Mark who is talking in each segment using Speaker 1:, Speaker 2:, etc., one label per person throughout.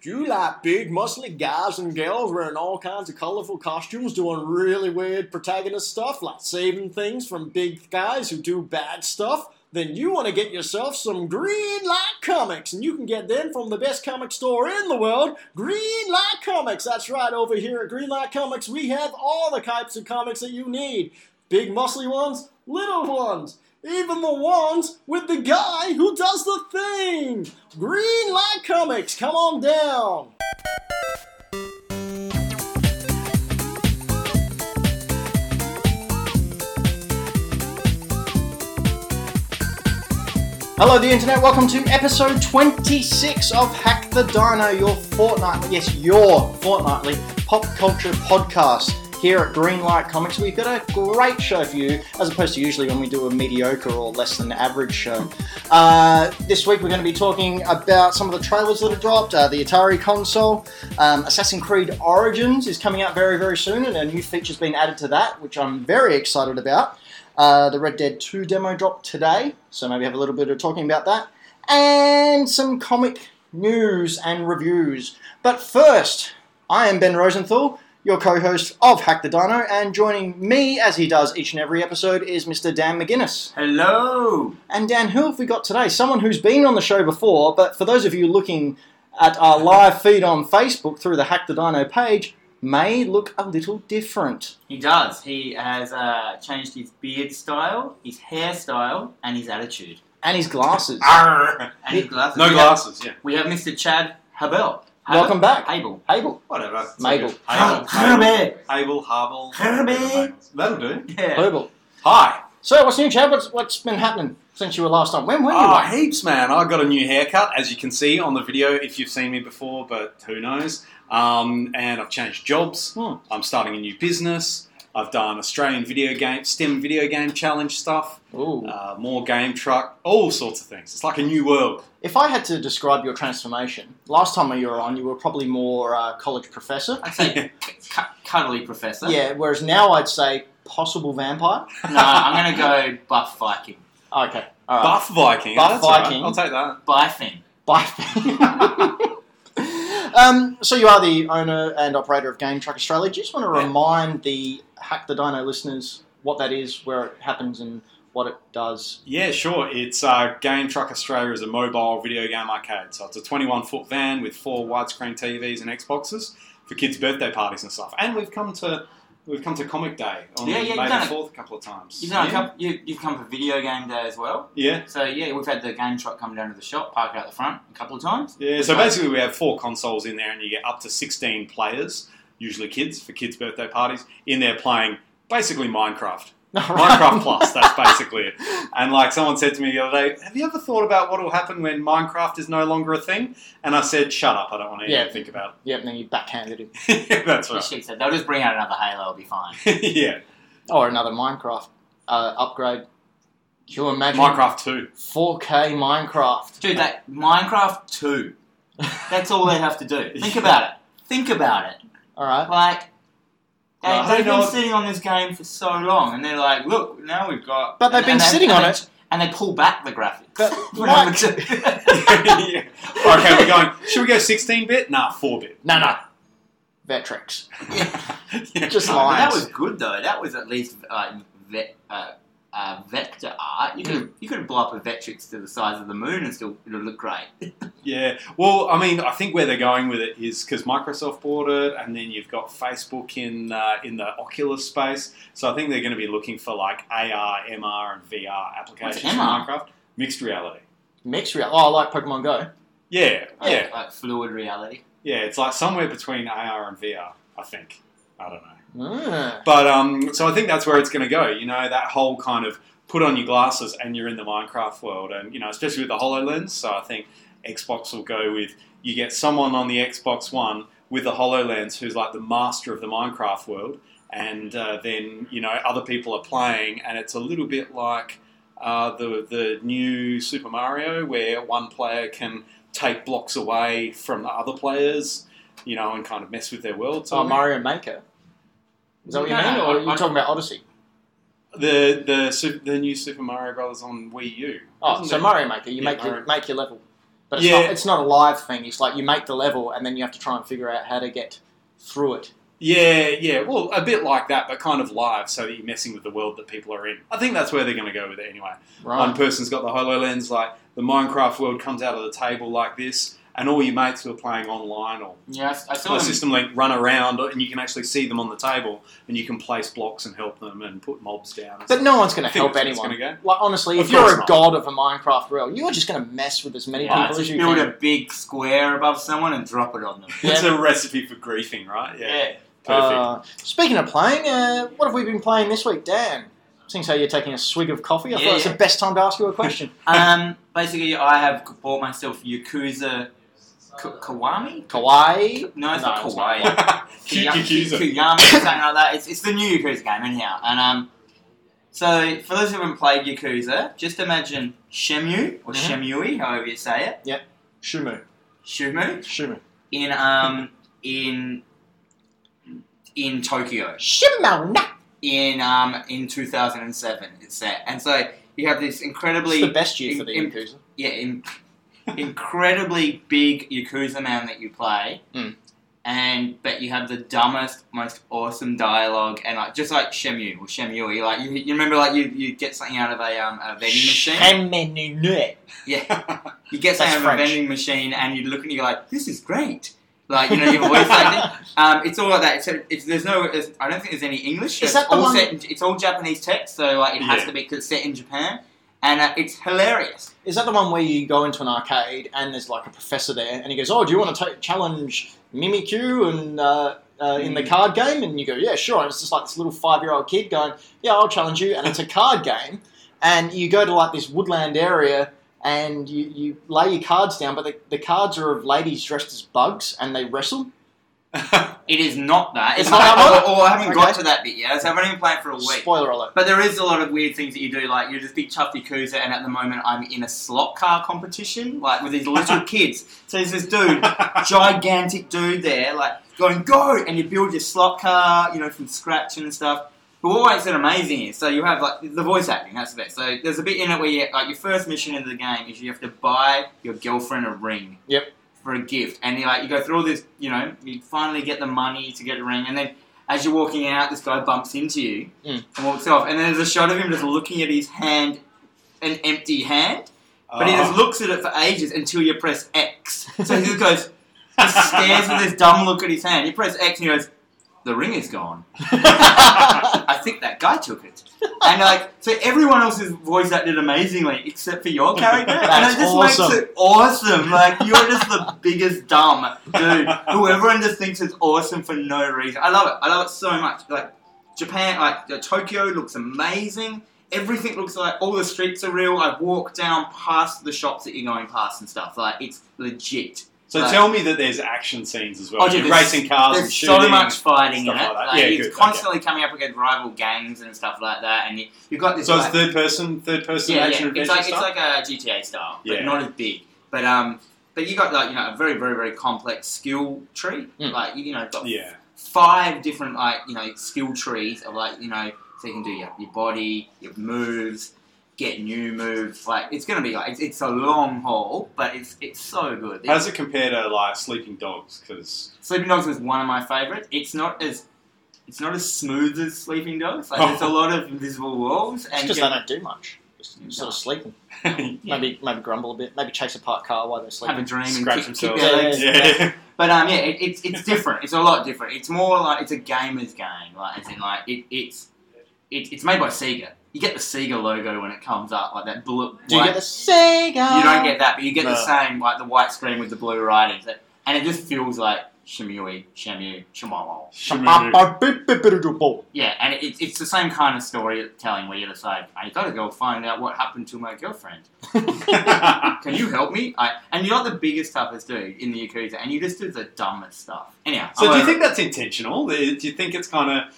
Speaker 1: Do you like big, muscly guys and gals wearing all kinds of colorful costumes, doing really weird protagonist stuff, like saving things from big guys who do bad stuff? Then you want to get yourself some Green Light Comics, and you can get them from the best comic store in the world, Green Light Comics. That's right, over here at Green Light Comics, we have all the types of comics that you need big, muscly ones, little ones even the ones with the guy who does the thing. Green Light Comics, come on down. Hello, the internet. Welcome to episode 26 of Hack the Dino, your fortnightly, yes, your fortnightly pop culture podcast here at Greenlight Comics. We've got a great show for you, as opposed to usually when we do a mediocre or less than average show. Uh, this week we're going to be talking about some of the trailers that have dropped, uh, the Atari console, um, Assassin's Creed Origins is coming out very, very soon, and a new feature's been added to that, which I'm very excited about. Uh, the Red Dead 2 demo dropped today, so maybe have a little bit of talking about that. And some comic news and reviews. But first, I am Ben Rosenthal, your co host of Hack the Dino, and joining me, as he does each and every episode, is Mr. Dan McGuinness.
Speaker 2: Hello.
Speaker 1: And Dan, who have we got today? Someone who's been on the show before, but for those of you looking at our live feed on Facebook through the Hack the Dino page, may look a little different.
Speaker 2: He does. He has uh, changed his beard style, his hairstyle, and his attitude.
Speaker 1: And his glasses.
Speaker 3: Ah.
Speaker 2: Arr. And
Speaker 1: Yeah.
Speaker 2: his glasses.
Speaker 3: No
Speaker 2: we
Speaker 3: glasses, yeah.
Speaker 2: Have, we have Mr. Chad Habel.
Speaker 1: Welcome back.
Speaker 2: Habel.
Speaker 1: Abel.
Speaker 3: Whatever.
Speaker 1: Mabel.
Speaker 3: Abel,
Speaker 2: Habel.
Speaker 3: Abel, Harvel.
Speaker 2: Herbie.
Speaker 3: That'll do.
Speaker 2: Yeah.
Speaker 1: Abel.
Speaker 3: Hi.
Speaker 1: So, what's new, Chad? What's, what's been happening since you were last on? When were you?
Speaker 3: Oh,
Speaker 1: on?
Speaker 3: heaps, man. I got a new haircut, as you can see on the video if you've seen me before, but who knows. Um, and I've changed jobs.
Speaker 1: Hmm.
Speaker 3: I'm starting a new business. I've done Australian video game, STEM video game challenge stuff,
Speaker 1: Ooh.
Speaker 3: uh, more game truck, all sorts of things. It's like a new world.
Speaker 1: If I had to describe your transformation, last time you were on, you were probably more uh, college professor.
Speaker 2: I say cu- cuddly professor.
Speaker 1: Yeah, whereas now I'd say possible vampire. Oh,
Speaker 2: No, I'm gonna go buff Viking.
Speaker 1: Okay, all right.
Speaker 3: Buff Viking.
Speaker 1: Buff
Speaker 3: That's all right.
Speaker 1: Viking.
Speaker 3: I'll take that.
Speaker 2: Bifing.
Speaker 1: Bye. um, so, you are the owner and operator of Game Truck Australia. Do you just want to
Speaker 3: Yeah.
Speaker 1: remind the Hack the Dino listeners what that is, where it happens, and what it does?
Speaker 3: Yeah, sure. It's uh, Game Truck Australia is a mobile video game arcade. So it's a 21 foot van with four widescreen TVs and Xboxes for kids' birthday parties and stuff. And we've come to we've come to Comic Day on
Speaker 2: Yeah, yeah, you've
Speaker 3: May
Speaker 2: done
Speaker 3: the
Speaker 2: it.
Speaker 3: fourth a couple of times.
Speaker 2: You've, done
Speaker 3: yeah.
Speaker 2: a couple, you, you've come for video game day as well.
Speaker 3: yeah.
Speaker 2: So yeah, we've had the game truck come down to the shop, park out the front a couple of times.
Speaker 3: Yeah, so basically we have four consoles in there and you get up to 16 players, usually kids, for kids' birthday parties, in there playing basically Minecraft. Minecraft Plus, that's basically it. And like someone said to me the other day, have you ever thought about what will happen when Minecraft is no longer a thing? And I said, shut up, I don't want to
Speaker 1: Yeah.
Speaker 3: even think about
Speaker 1: Yep, and then you backhanded him.
Speaker 3: it. that's right.
Speaker 2: She said they'll just bring out another Halo, it'll be fine.
Speaker 3: yeah,
Speaker 1: Or another Minecraft uh, upgrade. Can you imagine?
Speaker 3: Minecraft 2.
Speaker 1: 4K Minecraft.
Speaker 2: Dude, that Minecraft 2. That's all they have to do. Think about it. Think about it.
Speaker 1: All right.
Speaker 2: Like, they,
Speaker 3: Well, I
Speaker 2: they've
Speaker 3: know-
Speaker 2: been sitting on this game for so long, and they're like, look, now we've got.
Speaker 1: But they've
Speaker 2: and-
Speaker 1: been
Speaker 2: and they-
Speaker 1: sitting
Speaker 2: and
Speaker 1: on
Speaker 2: they-
Speaker 1: it.
Speaker 2: And they pull back the graphics.
Speaker 1: But
Speaker 2: For
Speaker 1: Mike-
Speaker 2: number two.
Speaker 3: Yeah. Okay, we're going, should we go 16 bit? Nah, 4 bit.
Speaker 1: No, no. Vectrex.
Speaker 3: yeah.
Speaker 1: Just
Speaker 2: Oh, but that
Speaker 1: lines.
Speaker 2: was good, though. That was at least uh, ve- uh, uh, vector art. You could, you could blow up a Vectrix to the size of the moon and still it'll look great.
Speaker 3: Yeah. Well, I mean, I think where they're going with it is because Microsoft bought it, and then you've got Facebook in uh, in the Oculus space. So I think they're going to be looking for like AR, MR, and VR applications in
Speaker 2: MR?
Speaker 3: Minecraft, mixed reality.
Speaker 1: Mixed reality. Oh, I like Pokemon Go.
Speaker 3: Yeah,
Speaker 2: Like,
Speaker 3: yeah,
Speaker 2: like fluid reality.
Speaker 3: yeah. It's like somewhere between AR and VR. I think. I don't know.
Speaker 1: Mm.
Speaker 3: But um, so I think that's where it's going to go. You know, that whole kind of put on your glasses and you're in the Minecraft world, and you know, especially with the Hololens. So I think Xbox will go with you get someone on the Xbox One with the Hololens who's like the master of the Minecraft world, and uh, then you know other people are playing, and it's a little bit like. Uh, the the new Super Mario, where one player can take blocks away from the other players, you know, and kind of mess with their world. So I
Speaker 1: Oh,
Speaker 3: think-
Speaker 1: Mario Maker. Is that what you
Speaker 2: No,
Speaker 1: mean?
Speaker 2: no,
Speaker 1: Or are
Speaker 2: I-
Speaker 1: you
Speaker 2: I-
Speaker 1: talking about Odyssey?
Speaker 3: The the Sup- the new Super Mario Brothers on Wii U.
Speaker 1: Oh,
Speaker 3: wasn't
Speaker 1: so
Speaker 3: it?
Speaker 1: Mario Maker. You
Speaker 3: Yeah,
Speaker 1: make, your,
Speaker 3: Mario-
Speaker 1: make your level. But it's,
Speaker 3: Yeah.
Speaker 1: not, it's not a live thing. It's like you make the level and then you have to try and figure out how to get through it.
Speaker 3: Yeah, yeah. Well, a bit like that, but kind of live, so that you're messing with the world that people are in. I think that's where they're going to go with it anyway. One
Speaker 1: Right.
Speaker 3: person's got the HoloLens, like the Minecraft world comes out of the table like this, and all your mates who are playing online or
Speaker 2: Yeah, I, I saw
Speaker 3: my
Speaker 2: them.
Speaker 3: system link run around, and you can actually see them on the table, and you can place blocks and help them and put mobs down. and
Speaker 1: But
Speaker 3: stuff.
Speaker 1: no one's going
Speaker 3: I
Speaker 1: to
Speaker 3: think
Speaker 1: help
Speaker 3: that's where it's
Speaker 1: anyone.
Speaker 3: gonna go.
Speaker 1: Like honestly,
Speaker 3: Of
Speaker 1: if you're a
Speaker 3: course not.
Speaker 1: god of a Minecraft world, you're just going to mess with as many
Speaker 2: Yeah,
Speaker 1: people as
Speaker 2: just
Speaker 1: you
Speaker 2: build
Speaker 1: can.
Speaker 2: a big square above someone and drop it on them.
Speaker 1: Yeah.
Speaker 3: It's a recipe for griefing, right? Yeah, perfect.
Speaker 1: Uh, speaking of playing, uh, what have we been playing this week, Dan? Seeing how you're taking a swig of coffee, I
Speaker 2: Yeah,
Speaker 1: thought it's
Speaker 2: yeah.
Speaker 1: the best time to ask you a question.
Speaker 2: Um, basically, I have bought myself Yakuza K- Kiwami.
Speaker 1: Kawaii.
Speaker 2: No, it's not
Speaker 1: No, it's
Speaker 2: Kawaii.
Speaker 3: Cute
Speaker 2: Kuya-
Speaker 3: Yakuza.
Speaker 2: Kuyama, something like that. It's, it's the new Yakuza game, anyhow. And um, so for those who haven't played Yakuza, just imagine Shemu
Speaker 1: Mhm.
Speaker 2: or Shemui, however you say it,
Speaker 1: Shumu.
Speaker 2: Shumu
Speaker 1: Shumu.
Speaker 2: in um in in Tokyo
Speaker 1: Shimona.
Speaker 2: in um in 2007. It's set, and so you have this
Speaker 1: It's the
Speaker 2: incredibly
Speaker 1: best year for the
Speaker 2: im-
Speaker 1: Yakuza.
Speaker 2: yeah in, incredibly big Yakuza man that you play.
Speaker 1: Mm.
Speaker 2: And but you have the dumbest, most awesome dialogue, and like just like Shemu or Shemui, like you, you remember, like you, you get something out of a um a vending machine.
Speaker 1: Shemenune.
Speaker 2: You get something
Speaker 1: That's
Speaker 2: out of a
Speaker 1: French.
Speaker 2: vending machine, and you look and you go like, this is great. Like you know your voice acting. Um, it's all like that. So it's, there's no. It's, I don't think there's any English.
Speaker 1: Is
Speaker 2: it's
Speaker 1: that the
Speaker 2: all
Speaker 1: one-
Speaker 2: set. In, it's all Japanese text, so like it has
Speaker 3: Yeah.
Speaker 2: to be 'cause it's set in Japan, and uh, it's hilarious.
Speaker 1: Is that the one where you go into an arcade and there's like a professor there and he goes, "Oh, do you want to ta challenge Mimikyu and uh, uh, in the
Speaker 2: Mm.
Speaker 1: card game?" And you go, "Yeah, sure." And it's just like this little five-year-old kid going, "Yeah, I'll challenge you," and it's a card game. And you go to like this woodland area and you, you lay your cards down, but the, the cards are of ladies dressed as bugs and they wrestle.
Speaker 2: It is not that.
Speaker 1: It's not that
Speaker 2: Oh, I haven't
Speaker 1: Okay.
Speaker 2: got to that bit yet. So I've only been playing for a week.
Speaker 1: Spoiler alert.
Speaker 2: But there is a lot of weird things that you do, like you're this big tough Yakuza, and at the moment I'm in a slot car competition, like with these little kids. So there's this dude, gigantic dude there, like going, go! And you build your slot car, you know, from scratch and stuff. But what makes it amazing is, so you have like the voice acting, that's the best. So there's a bit in it where you, like your first mission in the game is you have to buy your girlfriend a ring.
Speaker 1: Yep.
Speaker 2: For a gift. And you like, you go through all this, you know, you finally get the money to get a ring, and then as you're walking out, this guy bumps into you and walks off. And then there's a shot of him just looking at his hand, an empty hand, but he
Speaker 3: Uh-huh. Um,
Speaker 2: just looks at it for ages until you press X. So he just goes, just stares with this dumb look at his hand. You press X and he goes, the ring is gone. I think that guy took it. And like, so everyone else's voice acted amazingly except for your character.
Speaker 1: That's
Speaker 2: and it just
Speaker 1: awesome.
Speaker 2: makes it awesome. Like, you're just the biggest dumb dude who everyone just thinks is awesome for no reason. I love it. I love it so much. Like Japan, like uh, Tokyo looks amazing. Everything looks like all the streets are real. I walk down past the shops that you're going past and stuff. Like it's legit.
Speaker 3: So
Speaker 2: Like-
Speaker 3: tell me that there's action scenes as well.
Speaker 2: Oh, dude,
Speaker 3: You're
Speaker 2: there's-
Speaker 3: racing cars and
Speaker 2: There's
Speaker 3: shooting.
Speaker 2: so much fighting in it.
Speaker 3: stuff like that.
Speaker 2: Like,
Speaker 3: Yeah,
Speaker 2: it's
Speaker 3: good, okay.
Speaker 2: constantly coming up against rival gangs and stuff like that. And you, you've got this.
Speaker 3: So it's
Speaker 2: like-
Speaker 3: third person, third person
Speaker 2: yeah,
Speaker 3: action
Speaker 2: yeah. It's
Speaker 3: adventure
Speaker 2: like
Speaker 3: stuff.
Speaker 2: it's like a GTA style, but
Speaker 3: Yeah.
Speaker 2: not as big. But um, but you got like you know a very very very complex skill tree.
Speaker 1: Mm.
Speaker 2: Like you, you know, got
Speaker 3: yeah,
Speaker 2: five different like you know skill trees of like you know so you can do your, your body your moves get new moves like it's gonna be like it's, it's a long haul but it's it's so good
Speaker 3: How does it compare to like Sleeping Dogs? Because
Speaker 2: sleeping dogs was one of my favorites it's not as it's not as smooth as sleeping dogs like there's a lot of invisible
Speaker 1: Oh. It's
Speaker 2: walls and
Speaker 1: because
Speaker 2: you-
Speaker 1: they don't do much. Just sort of sleeping.
Speaker 2: Yeah.
Speaker 1: Maybe maybe grumble a bit. Maybe chase a parked car while they're
Speaker 2: have
Speaker 1: sleeping.
Speaker 2: a dream and
Speaker 3: scratch
Speaker 2: kick, kick their
Speaker 3: themselves.
Speaker 2: legs.
Speaker 3: yeah,
Speaker 2: But um, yeah, it, it's it's different. It's a lot different. It's more like it's a gamer's game. Like as in like it, it's it, it's made by Sega. You get the Sega logo when it comes up, like that blue.
Speaker 1: Do you
Speaker 2: white-
Speaker 1: get the Sega?
Speaker 2: you don't get that, but you get the
Speaker 1: No.
Speaker 2: same like the white screen with the blue writing, That- and it just feels like Shimui, Shamu, Shimamo.
Speaker 3: Shimuru.
Speaker 2: Yeah, and it, it's the same kind of storytelling where you're just like, I gotta go find out what happened to my girlfriend. Can you help me? I, and you're not the biggest, toughest dude in the Yakuza, and you just do the dumbest stuff. Anyhow,
Speaker 3: so
Speaker 2: I'm
Speaker 3: do
Speaker 2: over
Speaker 3: you
Speaker 2: it.
Speaker 3: think that's intentional? Do you think it's kind of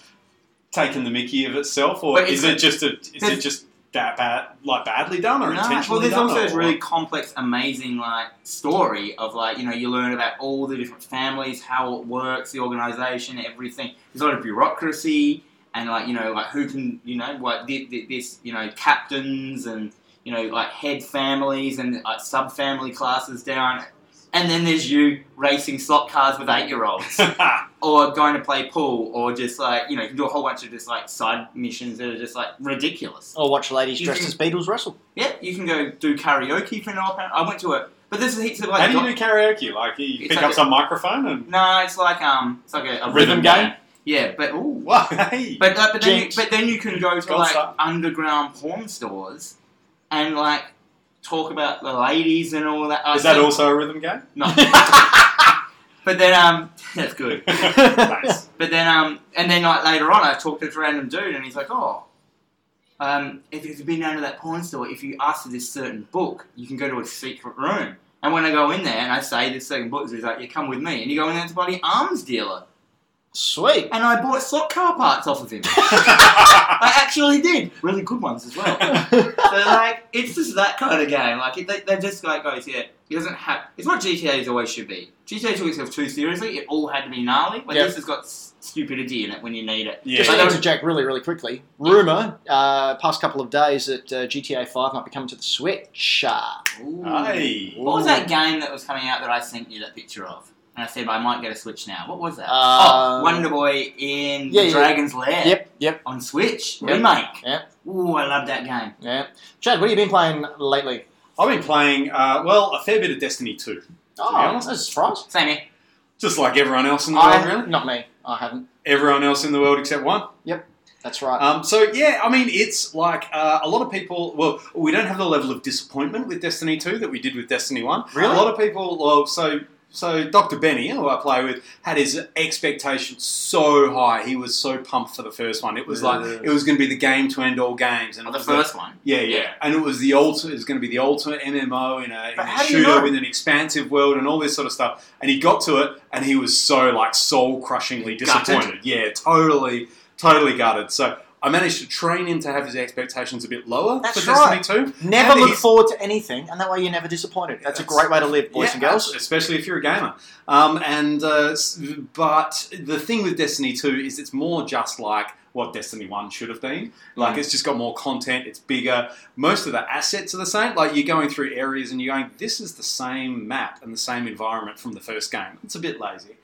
Speaker 3: taking the Mickey of itself, or
Speaker 2: But
Speaker 3: is
Speaker 2: it's-
Speaker 3: it just a is it
Speaker 2: there's-
Speaker 3: just that bad, like badly done, or
Speaker 2: No, well,
Speaker 3: intentionally
Speaker 2: there's
Speaker 3: done?
Speaker 2: also this
Speaker 3: or-
Speaker 2: really complex, amazing like story of like you know you learn about all the different families, how it works, the organisation, everything. There's a lot of bureaucracy and like you know like who can you know what thi- thi- this you know captains and you know, like head families and uh, sub family classes down. And then there's you racing slot cars with eight year olds, or going to play pool, or just like, you know, you can do a whole bunch of just like side missions that are just like ridiculous.
Speaker 1: Or watch ladies
Speaker 2: You
Speaker 1: dressed
Speaker 2: can-
Speaker 1: as
Speaker 3: Mm-hmm.
Speaker 1: Beatles wrestle.
Speaker 2: Yeah, you can go do karaoke for an hour. I went to a, but this is heaps of like.
Speaker 3: How do
Speaker 2: doc-
Speaker 3: you do karaoke? Like you
Speaker 2: It's
Speaker 3: pick
Speaker 2: like
Speaker 3: up
Speaker 2: a-
Speaker 3: some microphone and
Speaker 2: No, it's like um, it's like a, a
Speaker 3: Rhythm game?
Speaker 2: Yeah, but ooh,
Speaker 3: wow, hey,
Speaker 2: but uh, but then you,
Speaker 1: Jinx.
Speaker 2: but then you can go to
Speaker 3: Gold
Speaker 2: like
Speaker 3: star.
Speaker 2: underground porn stores, and like talk about the ladies and all that. I
Speaker 3: is that
Speaker 2: said-
Speaker 3: also a rhythm game?
Speaker 2: No, but then um, that's good.
Speaker 3: nice.
Speaker 2: But then um, and then like later on, I talked to this random dude, and he's like, oh. Um, if you've been down to that porn store, if you ask for this certain book, you can go to a secret room. And when I go in there and I say this second book, he's like, "You come with me." And you go in there, it's a bloody arms dealer.
Speaker 1: Sweet.
Speaker 2: and I bought slot car parts off of him. I actually did. Really good ones as well. so like, it's just that kind of game. Like, it, they, they just like goes, yeah. It doesn't have. It's what GTA's always should be. GTA took itself too seriously. It all had to be gnarly, but
Speaker 1: Yeah.
Speaker 2: this has got s- stupidity in it when you need it.
Speaker 3: yeah,
Speaker 1: Just
Speaker 2: I
Speaker 1: to
Speaker 2: know-
Speaker 1: interject really, really quickly. Rumor, uh, past couple of days that uh, GTA 5 might be coming to the Switch. Uh,
Speaker 2: Ooh.
Speaker 3: Hey.
Speaker 2: What was that game that was coming out that I sent you that picture of? And I said I might get a Switch now. What was that? oh,
Speaker 1: Um,
Speaker 2: Wonder Boy in
Speaker 1: yeah, yeah.
Speaker 2: Dragon's Lair
Speaker 1: Yep, yep,
Speaker 2: on Switch
Speaker 1: Yep.
Speaker 2: remake.
Speaker 1: Yep.
Speaker 2: Ooh, I love that game.
Speaker 1: yeah. Chad, what have you been playing lately?
Speaker 3: I've been playing uh, well a fair bit of Destiny 2,
Speaker 1: Oh, that's a surprise.
Speaker 2: Same here.
Speaker 3: just like everyone else in the
Speaker 1: I-
Speaker 3: world, really.
Speaker 1: Not me. I haven't.
Speaker 3: Everyone else in the world except one.
Speaker 1: That's right.
Speaker 3: Um, so yeah, I mean, it's like uh, a lot of people. Well, we don't have the level of disappointment with Destiny Two that we did with Destiny One.
Speaker 1: Really?
Speaker 3: a lot of people. Well, so so Dr. Benny, who I play with, had his expectations so high. He was so pumped for the first one. It was like
Speaker 1: Yeah.
Speaker 3: it was going to be the game to end all games, and
Speaker 2: Oh,
Speaker 3: it
Speaker 2: the
Speaker 3: was
Speaker 2: first one.
Speaker 3: yeah, yeah, and it was the ultimate. It was going to be the ultimate MMO in a, in
Speaker 2: But
Speaker 3: a
Speaker 2: how do you
Speaker 3: shooter
Speaker 2: know?
Speaker 3: with an expansive world and all this sort of stuff. And he got to it, and he was so like soul crushingly
Speaker 2: Gutted.
Speaker 3: disappointed. Yeah, totally, totally gutted. So I managed to train him to have his expectations a bit lower
Speaker 1: That's
Speaker 3: for
Speaker 1: right.
Speaker 3: Destiny Two.
Speaker 1: never
Speaker 3: and
Speaker 1: look
Speaker 3: he's-
Speaker 1: forward to anything, and that way you're never disappointed. That's a
Speaker 3: That's-
Speaker 1: great way to live, boys
Speaker 3: Yeah,
Speaker 1: and girls.
Speaker 3: abs- especially if you're a gamer. Um, and uh, s- but the thing with Destiny Two is it's more just like what Destiny One should have been. Like
Speaker 2: Mm.
Speaker 3: it's just got more content. It's bigger. Most of the assets are the same. Like you're going through areas and you're going, this is the same map and the same environment from the first game. It's a bit lazy,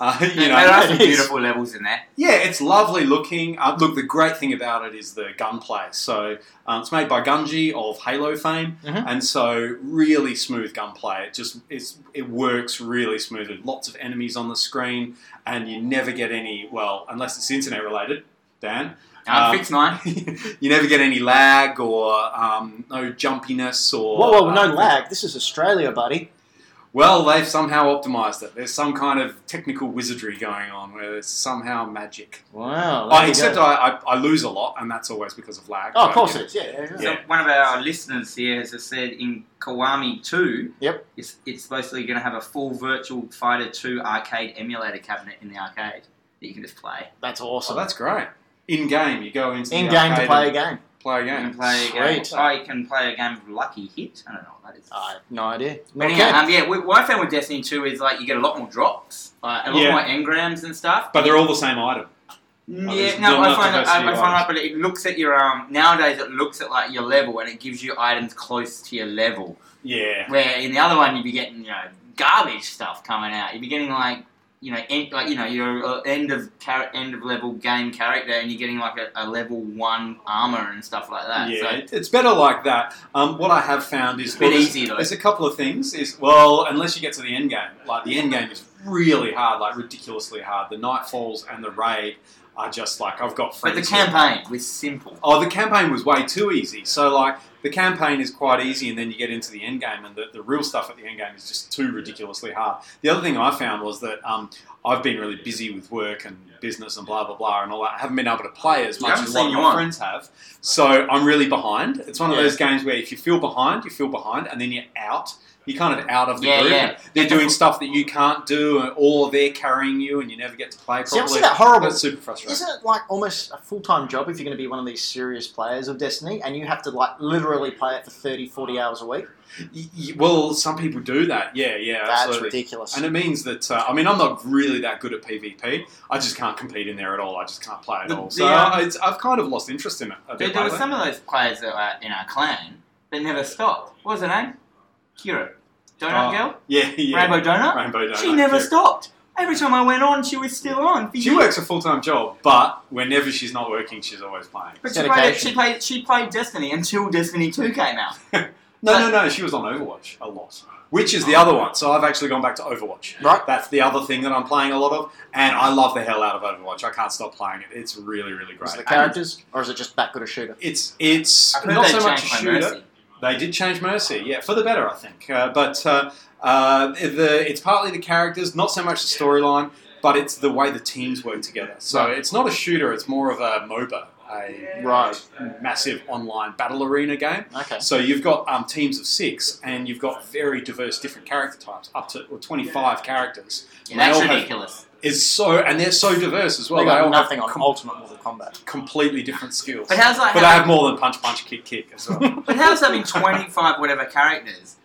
Speaker 3: uh, you
Speaker 2: there
Speaker 3: know.
Speaker 2: are some
Speaker 1: it is.
Speaker 2: beautiful levels in there.
Speaker 3: Yeah, it's lovely looking. Uh, look, the great thing about it is the gunplay. So um, it's made by Gungie of Halo fame,
Speaker 1: Mhm.
Speaker 3: and so really smooth gunplay. It just it's, it works really smoothly. Lots of enemies on the screen, and you never get any well, unless it's internet related. Dan,
Speaker 2: Uh,
Speaker 3: Um,
Speaker 2: fix nine.
Speaker 3: you never get any lag or um, no jumpiness or
Speaker 1: Whoa, whoa, no
Speaker 3: uh,
Speaker 1: lag. This is Australia, buddy.
Speaker 3: Well, they've somehow optimized it. There's some kind of technical wizardry going on where there's somehow magic.
Speaker 1: Wow.
Speaker 3: Oh,
Speaker 1: there you
Speaker 3: except
Speaker 1: go.
Speaker 3: I, I, I lose a lot, and that's always because of lag.
Speaker 1: Oh,
Speaker 3: but,
Speaker 1: of course
Speaker 3: you
Speaker 1: it is. Yeah, yeah, yeah.
Speaker 2: So one of our listeners here has just said in Kiwami 2,
Speaker 1: Yep.
Speaker 2: it's, it's supposedly going to have a full Virtual Fighter 2 arcade emulator cabinet in the arcade that you can just play.
Speaker 1: That's
Speaker 3: know. So
Speaker 1: awesome.
Speaker 3: Oh, that's great. In game, you go into the
Speaker 1: In game to
Speaker 3: arcade
Speaker 1: play a
Speaker 3: and
Speaker 1: game.
Speaker 3: play a
Speaker 2: You can
Speaker 3: game.
Speaker 2: play a game.
Speaker 1: Sweet.
Speaker 2: I can play a game of Lucky Hit. I don't know what that is.
Speaker 3: Uh,
Speaker 1: I have no idea.
Speaker 2: But
Speaker 1: Okay.
Speaker 2: anyhow, um, yeah, what what I found with Destiny 2 is like you get a lot more drops, uh, a lot
Speaker 3: Yeah.
Speaker 2: more engrams and stuff.
Speaker 3: But they're all the same item.
Speaker 2: Yeah,
Speaker 3: there's
Speaker 2: no,
Speaker 3: not
Speaker 2: I find that,
Speaker 3: diversity
Speaker 2: I, I
Speaker 3: of E
Speaker 2: find
Speaker 3: items.
Speaker 2: that, but it looks at your um. Nowadays, it looks at like your level, and it gives you items close to your level.
Speaker 3: Yeah.
Speaker 2: Where in the other one, you'd be getting you know garbage stuff coming out. You'd be getting like you know end, like you know your uh, end of char- end of level game character, and you're getting like a, a level one armor and stuff like that.
Speaker 3: yeah,
Speaker 2: So
Speaker 3: it- it's better like that. Um, what I have found is
Speaker 2: it's a bit
Speaker 3: well, there's-
Speaker 2: easy though.
Speaker 3: There's a couple of things. Is well, unless you get to the end game, like the end game is really hard, like ridiculously hard. The Nightfalls and the raid are just like I've got
Speaker 2: But
Speaker 3: friends.
Speaker 2: the
Speaker 3: who-
Speaker 2: campaign was simple.
Speaker 3: Oh, the campaign was way too easy. So, like, the campaign is quite easy, and then you get into the end game, and the, the real stuff at the end game is just too ridiculously hard. The other thing I found was that um, I've been really busy with work and business and blah, blah, blah, and all that. I haven't been able to play
Speaker 2: You
Speaker 3: as much
Speaker 2: haven't
Speaker 3: as a lot
Speaker 2: seen
Speaker 3: of
Speaker 2: you
Speaker 3: my
Speaker 2: on.
Speaker 3: friends have. So, I'm really behind. It's one of
Speaker 1: Yeah.
Speaker 3: those games where if you feel behind, you feel behind, and then you're out. You're kind of out of the
Speaker 2: Yeah,
Speaker 3: group.
Speaker 2: yeah.
Speaker 3: They're doing stuff that you can't do, or they're carrying you, and you never get to play
Speaker 1: See, I've
Speaker 3: properly.
Speaker 1: seen that horrible.
Speaker 3: That's super frustrating.
Speaker 1: Isn't it like almost a full time job if you're going to be one of these serious players of Destiny and you have to like literally play it for 30, 40 hours a week?
Speaker 3: Y- y- Well, some people do that. Yeah, yeah,
Speaker 1: That's
Speaker 3: absolutely.
Speaker 1: ridiculous.
Speaker 3: And it means that uh, I mean I'm not really that good at PvP. I just can't compete in there at all. I just can't play at
Speaker 2: The-
Speaker 3: all.
Speaker 2: the,
Speaker 3: So uh,
Speaker 2: um,
Speaker 3: it's, I've kind of lost interest in it. A
Speaker 2: There,
Speaker 3: bit
Speaker 2: there were
Speaker 3: lately.
Speaker 2: some of those players that were in our clan that never stopped. What was her name? Kira. Donut
Speaker 3: Oh,
Speaker 2: Girl?
Speaker 3: Yeah, yeah.
Speaker 2: Rainbow Donut?
Speaker 3: Rainbow Donut.
Speaker 2: She never
Speaker 3: yeah.
Speaker 2: stopped. Every time I went on, she was still on. for
Speaker 3: She
Speaker 2: years.
Speaker 3: works a full time job, but whenever she's not working, she's always playing.
Speaker 2: But she played,
Speaker 1: Dedication.
Speaker 2: she, played, she played Destiny until Destiny 2 came out.
Speaker 3: No, no, no. She was on Overwatch a lot, which is the other one. So I've actually gone back to Overwatch.
Speaker 1: Oh. Right.
Speaker 3: That's the other thing that I'm playing a lot of, and I love the hell out of Overwatch. I can't stop playing it. It's really, really great.
Speaker 1: Is it the characters, or is it just that good a shooter?
Speaker 3: It's it's
Speaker 2: I heard
Speaker 3: not
Speaker 2: they
Speaker 3: so much a
Speaker 2: changed my
Speaker 3: shooter.
Speaker 2: mercy.
Speaker 3: They did change Mercy, yeah, for the better, I think. Uh, but uh, uh, the, it's partly the characters, not so much the storyline, but it's the way the teams work together. So it's not a shooter; it's more of a MOBA, a
Speaker 1: Right.
Speaker 3: massive online battle arena game.
Speaker 1: Okay.
Speaker 3: So you've got um, teams of six, and you've got very diverse different character types, up to well, 25 characters.
Speaker 2: Yeah, that's
Speaker 3: They all have-
Speaker 2: ridiculous.
Speaker 3: Is so, and they're so diverse as well.
Speaker 1: they got
Speaker 3: all
Speaker 1: nothing
Speaker 3: have
Speaker 1: on
Speaker 3: com-
Speaker 1: Ultimate Mortal Kombat.
Speaker 3: completely different skills.
Speaker 2: But how's that
Speaker 3: But I have
Speaker 2: having,
Speaker 3: more than punch, punch, kick, kick as well.
Speaker 2: but how's having 25 whatever characters,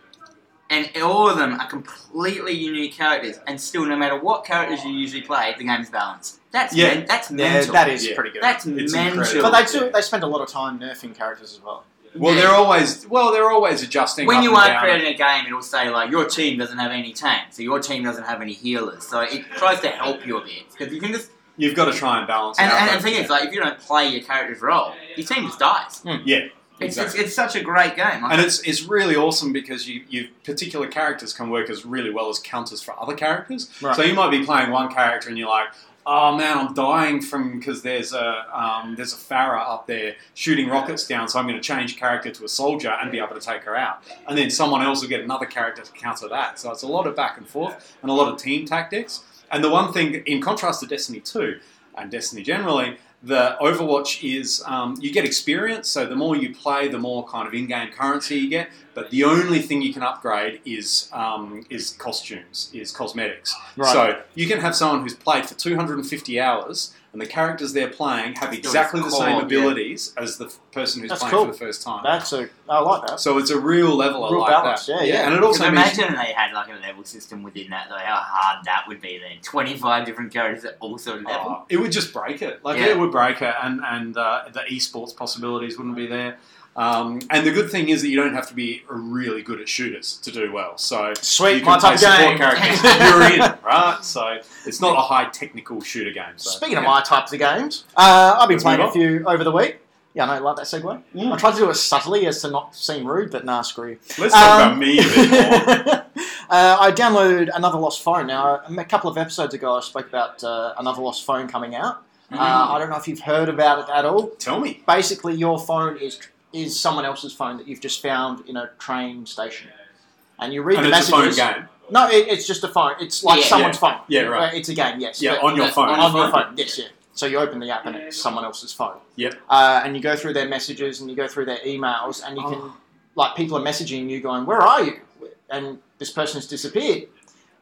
Speaker 2: and all of them are completely unique characters, and still no matter what characters you usually play, the game's balanced. That's,
Speaker 3: Yeah.
Speaker 2: men- that's
Speaker 1: Yeah,
Speaker 2: mental.
Speaker 1: that is
Speaker 3: Yeah.
Speaker 1: pretty good.
Speaker 2: that's
Speaker 3: It's
Speaker 2: mental.
Speaker 3: incredible.
Speaker 1: but they do. They spend a lot of time nerfing characters as well.
Speaker 3: Well,
Speaker 2: Yeah.
Speaker 3: they're always well, they're always adjusting.
Speaker 2: when
Speaker 3: up
Speaker 2: you
Speaker 3: and
Speaker 2: are
Speaker 3: down.
Speaker 2: creating a game, it'll say like your team doesn't have any tanks, so your team doesn't have any healers. So it tries to help you a bit because you can just
Speaker 3: you've got to try and balance.
Speaker 2: and,
Speaker 3: it out,
Speaker 2: and, and
Speaker 3: but-
Speaker 2: the thing is like if you don't play your character's role, your team just dies.
Speaker 3: yeah,
Speaker 2: It's,
Speaker 3: Hmm. exactly.
Speaker 2: it's, it's such a great game. Like,
Speaker 3: and it's it's really awesome because you you particular characters can work as really well as counters for other characters.
Speaker 1: Right.
Speaker 3: So you might be playing one character and you're like. Oh man, I'm dying from because there's a um, there's a Farah up there shooting rockets down, so I'm going to change character to a soldier and be able to take her out. And then someone else will get another character to counter that. So it's a lot of back and forth and a lot of team tactics. And the one thing, in contrast to Destiny 2 and Destiny generally, the Overwatch is um, you get experience, so the more you play, the more kind of in-game currency you get. But the only thing you can upgrade is um, is costumes, is cosmetics.
Speaker 1: Right.
Speaker 3: So you can have someone who's played for 250 hours, and the characters they're playing have
Speaker 2: Still
Speaker 3: exactly the
Speaker 2: core,
Speaker 3: same
Speaker 2: yeah.
Speaker 3: abilities as the f- person who's
Speaker 1: That's
Speaker 3: playing
Speaker 1: cool.
Speaker 3: for the first time.
Speaker 1: That's a. I like that.
Speaker 3: so it's a real level
Speaker 1: Real
Speaker 3: like
Speaker 1: balance,
Speaker 3: that.
Speaker 1: yeah, yeah.
Speaker 3: and it
Speaker 2: Because
Speaker 3: also means
Speaker 2: imagine they had like a level system within that, though, how hard that would be then. 25 different characters that also level.
Speaker 3: Oh, it would just break it. Like
Speaker 2: Yeah.
Speaker 3: it would break it, and and uh, the esports possibilities wouldn't be there. Um, and the good thing is that you don't have to be really good at shooters to do well. So
Speaker 1: Sweet,
Speaker 3: you can
Speaker 1: my
Speaker 3: play
Speaker 1: type of
Speaker 3: support
Speaker 1: game.
Speaker 3: characters. You're in, right? So it's not a high technical shooter game. So,
Speaker 1: Speaking of
Speaker 3: yeah.
Speaker 1: my types of games, uh, I've been
Speaker 3: Let's
Speaker 1: playing
Speaker 3: move
Speaker 1: a
Speaker 3: on.
Speaker 1: few over the week. Yeah, I know, like that segue. I
Speaker 3: Mm.
Speaker 1: tried to do it subtly as to not seem rude, but nah, screw you.
Speaker 3: let's talk
Speaker 1: Um,
Speaker 3: about me a bit more.
Speaker 1: uh, I downloaded Another Lost Phone. Now, a couple of episodes ago, I spoke about uh, Another Lost Phone coming out.
Speaker 3: Mm-hmm.
Speaker 1: Uh, I don't know if you've heard about it at all.
Speaker 3: Tell me.
Speaker 1: Basically, your phone is is someone else's phone that you've just found in a train station, and you read
Speaker 3: And
Speaker 1: the
Speaker 3: it's a phone
Speaker 1: messages.
Speaker 3: game.
Speaker 1: No, it, it's just a phone. It's like
Speaker 2: Yeah.
Speaker 1: someone's phone.
Speaker 3: Yeah, right.
Speaker 1: Uh, It's a game. Yes.
Speaker 3: Yeah,
Speaker 1: But-
Speaker 3: on your
Speaker 2: that's
Speaker 3: phone.
Speaker 2: on
Speaker 1: on
Speaker 2: your
Speaker 1: your phone. Yes, yeah. So you open the app and it's someone else's phone.
Speaker 3: Yep.
Speaker 1: Uh, and you go through their messages and you go through their emails and you can,
Speaker 3: Oh.
Speaker 1: like, people are messaging you going, "Where are you?" And this person's disappeared.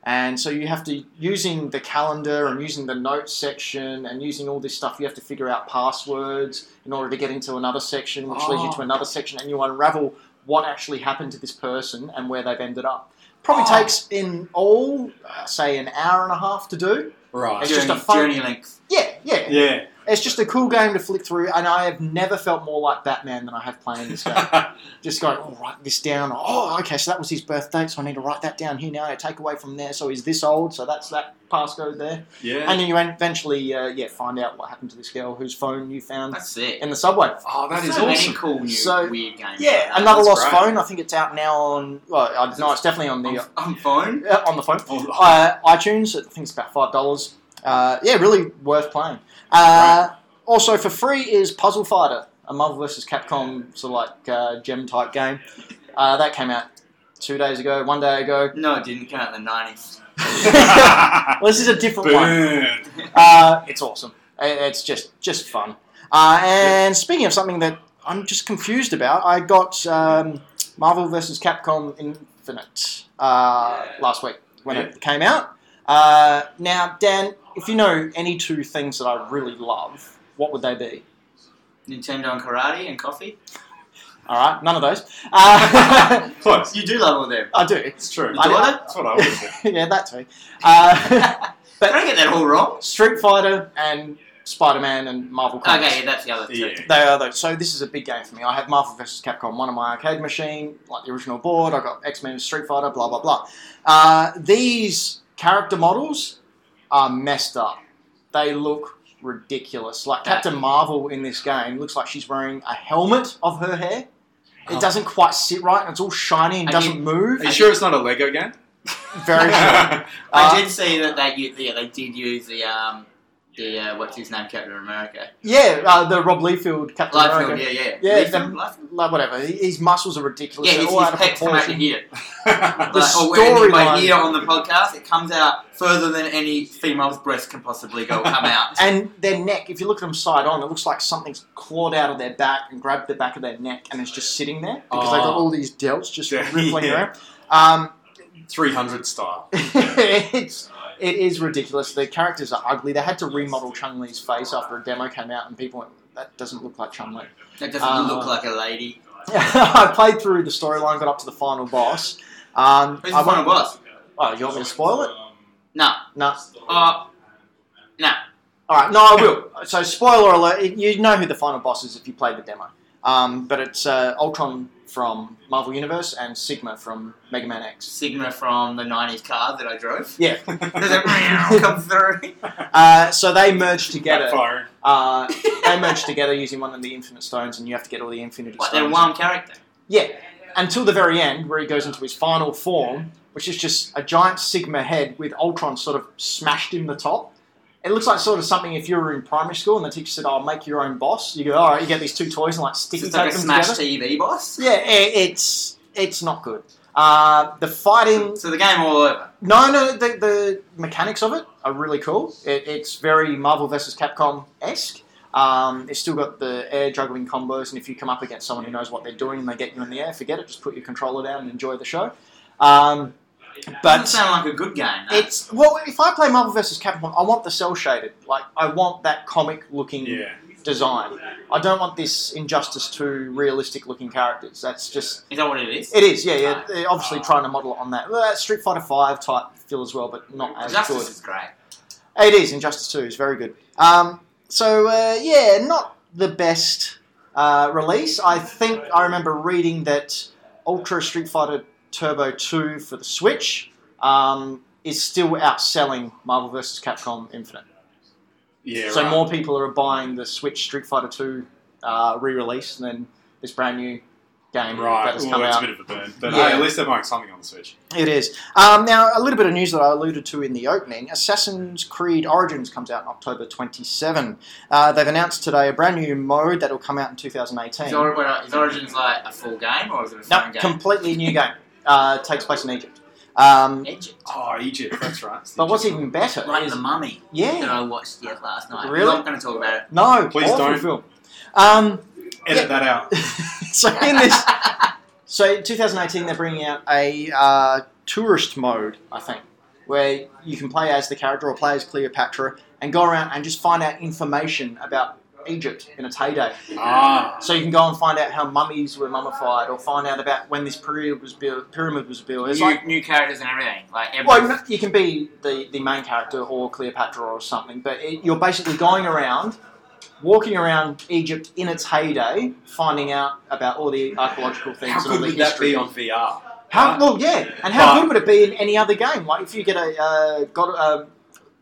Speaker 1: And so you have to using the calendar and using the notes section and using all this stuff. You have to figure out passwords in order to get into another section, which leads you
Speaker 3: Oh.
Speaker 1: to another section, and you unravel what actually happened to this person and where they've ended up. Probably
Speaker 2: Oh.
Speaker 1: takes in all, uh, say, an hour and a half to do.
Speaker 3: Right.
Speaker 1: It's just
Speaker 2: Journey,
Speaker 1: a fun-
Speaker 2: journey links.
Speaker 1: Yeah, yeah,
Speaker 3: Yeah.
Speaker 1: It's just a cool game to flick through, and I have never felt more like Batman than I have playing this game. just going, oh, write this down. Oh, okay, so that was his birth date, so I need to write that down here now. I take away from there, so he's this old, so that's that passcode there.
Speaker 3: yeah.
Speaker 1: And then you eventually, uh, yeah, find out what happened to this girl whose phone you found
Speaker 2: That's it.
Speaker 1: in the subway.
Speaker 3: oh, that is
Speaker 2: so
Speaker 3: awesome.
Speaker 2: Many cool new
Speaker 1: So-
Speaker 2: weird games.
Speaker 1: Yeah, another
Speaker 3: That's
Speaker 1: lost
Speaker 3: great.
Speaker 1: phone. I think it's out now on. Well, I, no, it's definitely on the
Speaker 2: on, on phone.
Speaker 1: uh, on the phone.
Speaker 3: Oh,
Speaker 1: uh, iTunes. I think it's about five dollars. Uh, yeah, really worth playing. Uh, Also for free is Puzzle Fighter, a Marvel vs. Capcom sort of like uh, gem type game. Uh, that came out two days ago, one day ago.
Speaker 2: No, it didn't come out in the 90s.
Speaker 1: well, this is a different one.
Speaker 3: Burn.
Speaker 1: Uh, it's awesome. I- It's just just fun. Uh, and speaking of something that I'm just confused about, I got um, Marvel vs. Capcom Infinite uh, last week when it came out. Uh, now, Dan, if you know any two things that I really love, what would they be?
Speaker 2: Nintendo and karate and coffee.
Speaker 1: All right, none of those. Uh,
Speaker 3: Close.
Speaker 2: You do love all them.
Speaker 1: I do.
Speaker 3: It's true.
Speaker 2: I-
Speaker 3: That's what I always say.
Speaker 1: yeah, that too. Uh,
Speaker 2: Did I get that all wrong?
Speaker 1: Street Fighter and Spider Man and Marvel comics.
Speaker 2: Okay, yeah, that's the other two.
Speaker 3: Yeah.
Speaker 1: They are though. So this is a big game for me. I have Marvel vs. Capcom one on my arcade machine, like the original board. I got X Men, Street Fighter, blah blah blah. Uh, these character models are messed up. They look ridiculous. Like
Speaker 2: Yeah.
Speaker 1: Captain Marvel in this game looks like she's wearing a helmet of her hair.
Speaker 2: Oh.
Speaker 1: It doesn't quite sit right, and it's all shiny and
Speaker 2: I
Speaker 1: doesn't
Speaker 2: did-
Speaker 1: move.
Speaker 3: Are you sure it's not a Lego game?
Speaker 1: Very sure. Uh,
Speaker 2: I did see that they u- yeah, they did use the um the uh, what's his name Captain America.
Speaker 1: Yeah, uh, the Rob Liefeld Captain America.
Speaker 2: Liefeld, yeah, yeah.
Speaker 1: Yeah,
Speaker 2: Liefeld,
Speaker 1: them-
Speaker 2: Liefeld.
Speaker 1: Like whatever, He- his muscles are ridiculous.
Speaker 2: yeah.
Speaker 1: They're
Speaker 2: His,
Speaker 1: all
Speaker 2: his
Speaker 1: out of
Speaker 2: pecs come out to
Speaker 1: proportion.
Speaker 2: here.
Speaker 1: The
Speaker 3: oh,
Speaker 2: Like, oh, or anyway,
Speaker 1: storyline-
Speaker 2: here on the podcast, it comes out further than any female's breast can possibly go come out.
Speaker 1: And their neck, if you look at them side on, it looks like something's clawed out of their back and grabbed the back of their neck and it's just sitting there because they've got
Speaker 3: Oh.
Speaker 1: all these delts just
Speaker 3: Yeah.
Speaker 1: rippling around. Um,
Speaker 3: 300 style.
Speaker 1: it's it is ridiculous. The characters are ugly. They had to remodel Chung Li's face after a demo came out, and people went, "That doesn't look like Chung Li."
Speaker 2: That doesn't
Speaker 1: Uh,
Speaker 2: look like a lady.
Speaker 1: I played through the storyline, got up to the final boss. Um,
Speaker 2: Who's
Speaker 1: I
Speaker 2: the
Speaker 1: went-
Speaker 2: final boss?
Speaker 1: Oh, you want me to spoil it?
Speaker 2: No.
Speaker 1: No.
Speaker 2: Uh, no.
Speaker 1: All right, no, I will. So, spoiler alert: you know who the final boss is if you played the demo. Um, but it's uh, Ultron from Marvel Universe and Sigma from Mega Man X.
Speaker 2: Sigma from the '90s car that I drove.
Speaker 1: Yeah.
Speaker 2: Does it meow come through?
Speaker 1: Uh, so they merge together.
Speaker 3: Backfiring.
Speaker 1: Uh, they merge together using one of the Infinite Stones, and you have to get all the Infinity
Speaker 2: What, they're
Speaker 1: Stones
Speaker 2: one character.
Speaker 1: until the very end, where he goes into his final form, which is just a giant Sigma head with Ultron sort of smashed in the top. It looks like sort of something if you were in primary school and the teacher said, "I'll make your own boss." You go, "All right," you get these two toys and like sticky
Speaker 2: It's
Speaker 1: tape
Speaker 2: like a
Speaker 1: them
Speaker 2: Smash
Speaker 1: together.
Speaker 2: TV boss.
Speaker 1: Yeah, i- it's it's not good. Uh, the fighting,
Speaker 2: So the game all over.
Speaker 1: no, no, the, the mechanics of it are really cool. It, it's very Marvel vs. Capcom esque. Um, it's still got the air juggling combos, and if you come up against someone who knows what they're doing and they get you in the air, forget it. Just put your controller down and enjoy the show. Um,
Speaker 2: Doesn't
Speaker 1: but
Speaker 2: sound like a good game. though.
Speaker 1: it's well, if I play Marvel vs. Capcom, I want the cell shaded. Like I want that comic looking
Speaker 3: Yeah.
Speaker 1: design. I don't want this Injustice Two realistic looking characters. That's just
Speaker 2: Is that what it is?
Speaker 1: it is, yeah, yeah. They're obviously trying to model it on that. Well, that's Street Fighter Five type feel as well, but not as
Speaker 2: Justice is great.
Speaker 1: good. It is. Injustice Two is very good. Um, so uh, yeah, not the best uh, release. I think I remember reading that Ultra Street Fighter Turbo Two for the Switch um, is still outselling Marvel vs. Capcom Infinite.
Speaker 3: Yeah.
Speaker 1: so
Speaker 3: right.
Speaker 1: more people are buying the Switch Street Fighter Two uh, re-release than this brand new game
Speaker 3: Right.
Speaker 1: that has
Speaker 3: Ooh,
Speaker 1: come
Speaker 3: that's
Speaker 1: out.
Speaker 3: a bit of a burn. But
Speaker 1: Yeah.
Speaker 3: hey, at least they're buying something on the Switch.
Speaker 1: It is. Um, now, a little bit of news that I alluded to in the opening Assassin's Creed Origins comes out in October 27. Uh, they've announced today a brand new mode that will come out in
Speaker 2: Is,
Speaker 1: 2018.
Speaker 2: Ori- what- is Origins like a full game or is it a phone
Speaker 1: No,
Speaker 2: game?
Speaker 1: completely new game. Uh, takes place in Egypt. Um,
Speaker 2: Egypt.
Speaker 3: Oh, Egypt. That's right. It's
Speaker 1: but what's
Speaker 3: Egypt.
Speaker 1: even better
Speaker 2: Like
Speaker 1: is.
Speaker 2: the mummy that
Speaker 1: Yeah.
Speaker 2: I watched yet last night.
Speaker 1: Really?
Speaker 2: I'm not going to talk about it.
Speaker 1: No,
Speaker 3: Please
Speaker 1: awful
Speaker 3: don't.
Speaker 1: film. Um,
Speaker 3: Edit that out.
Speaker 1: so in this. So in 2018, they're bringing out a uh, tourist mode, I think, where you can play as the character or play as Cleopatra and go around and just find out information about Egypt in its heyday.
Speaker 3: Ah.
Speaker 1: So you can go and find out how mummies were mummified or find out about when this period was built, pyramid was built. It's
Speaker 2: new,
Speaker 1: like,
Speaker 2: new characters and everything. Like
Speaker 1: well,
Speaker 2: everything.
Speaker 1: no- you can be the, the main character or Cleopatra or something, but it, you're basically going around, walking around Egypt in its heyday, finding out about all the archaeological things
Speaker 3: How
Speaker 1: and all
Speaker 3: good
Speaker 1: the
Speaker 3: would
Speaker 1: history.
Speaker 3: that be on VR?
Speaker 1: How
Speaker 3: Right.
Speaker 1: well, yeah, and how
Speaker 3: But-
Speaker 1: good would it be in any other game? Like if you get a uh, God, uh,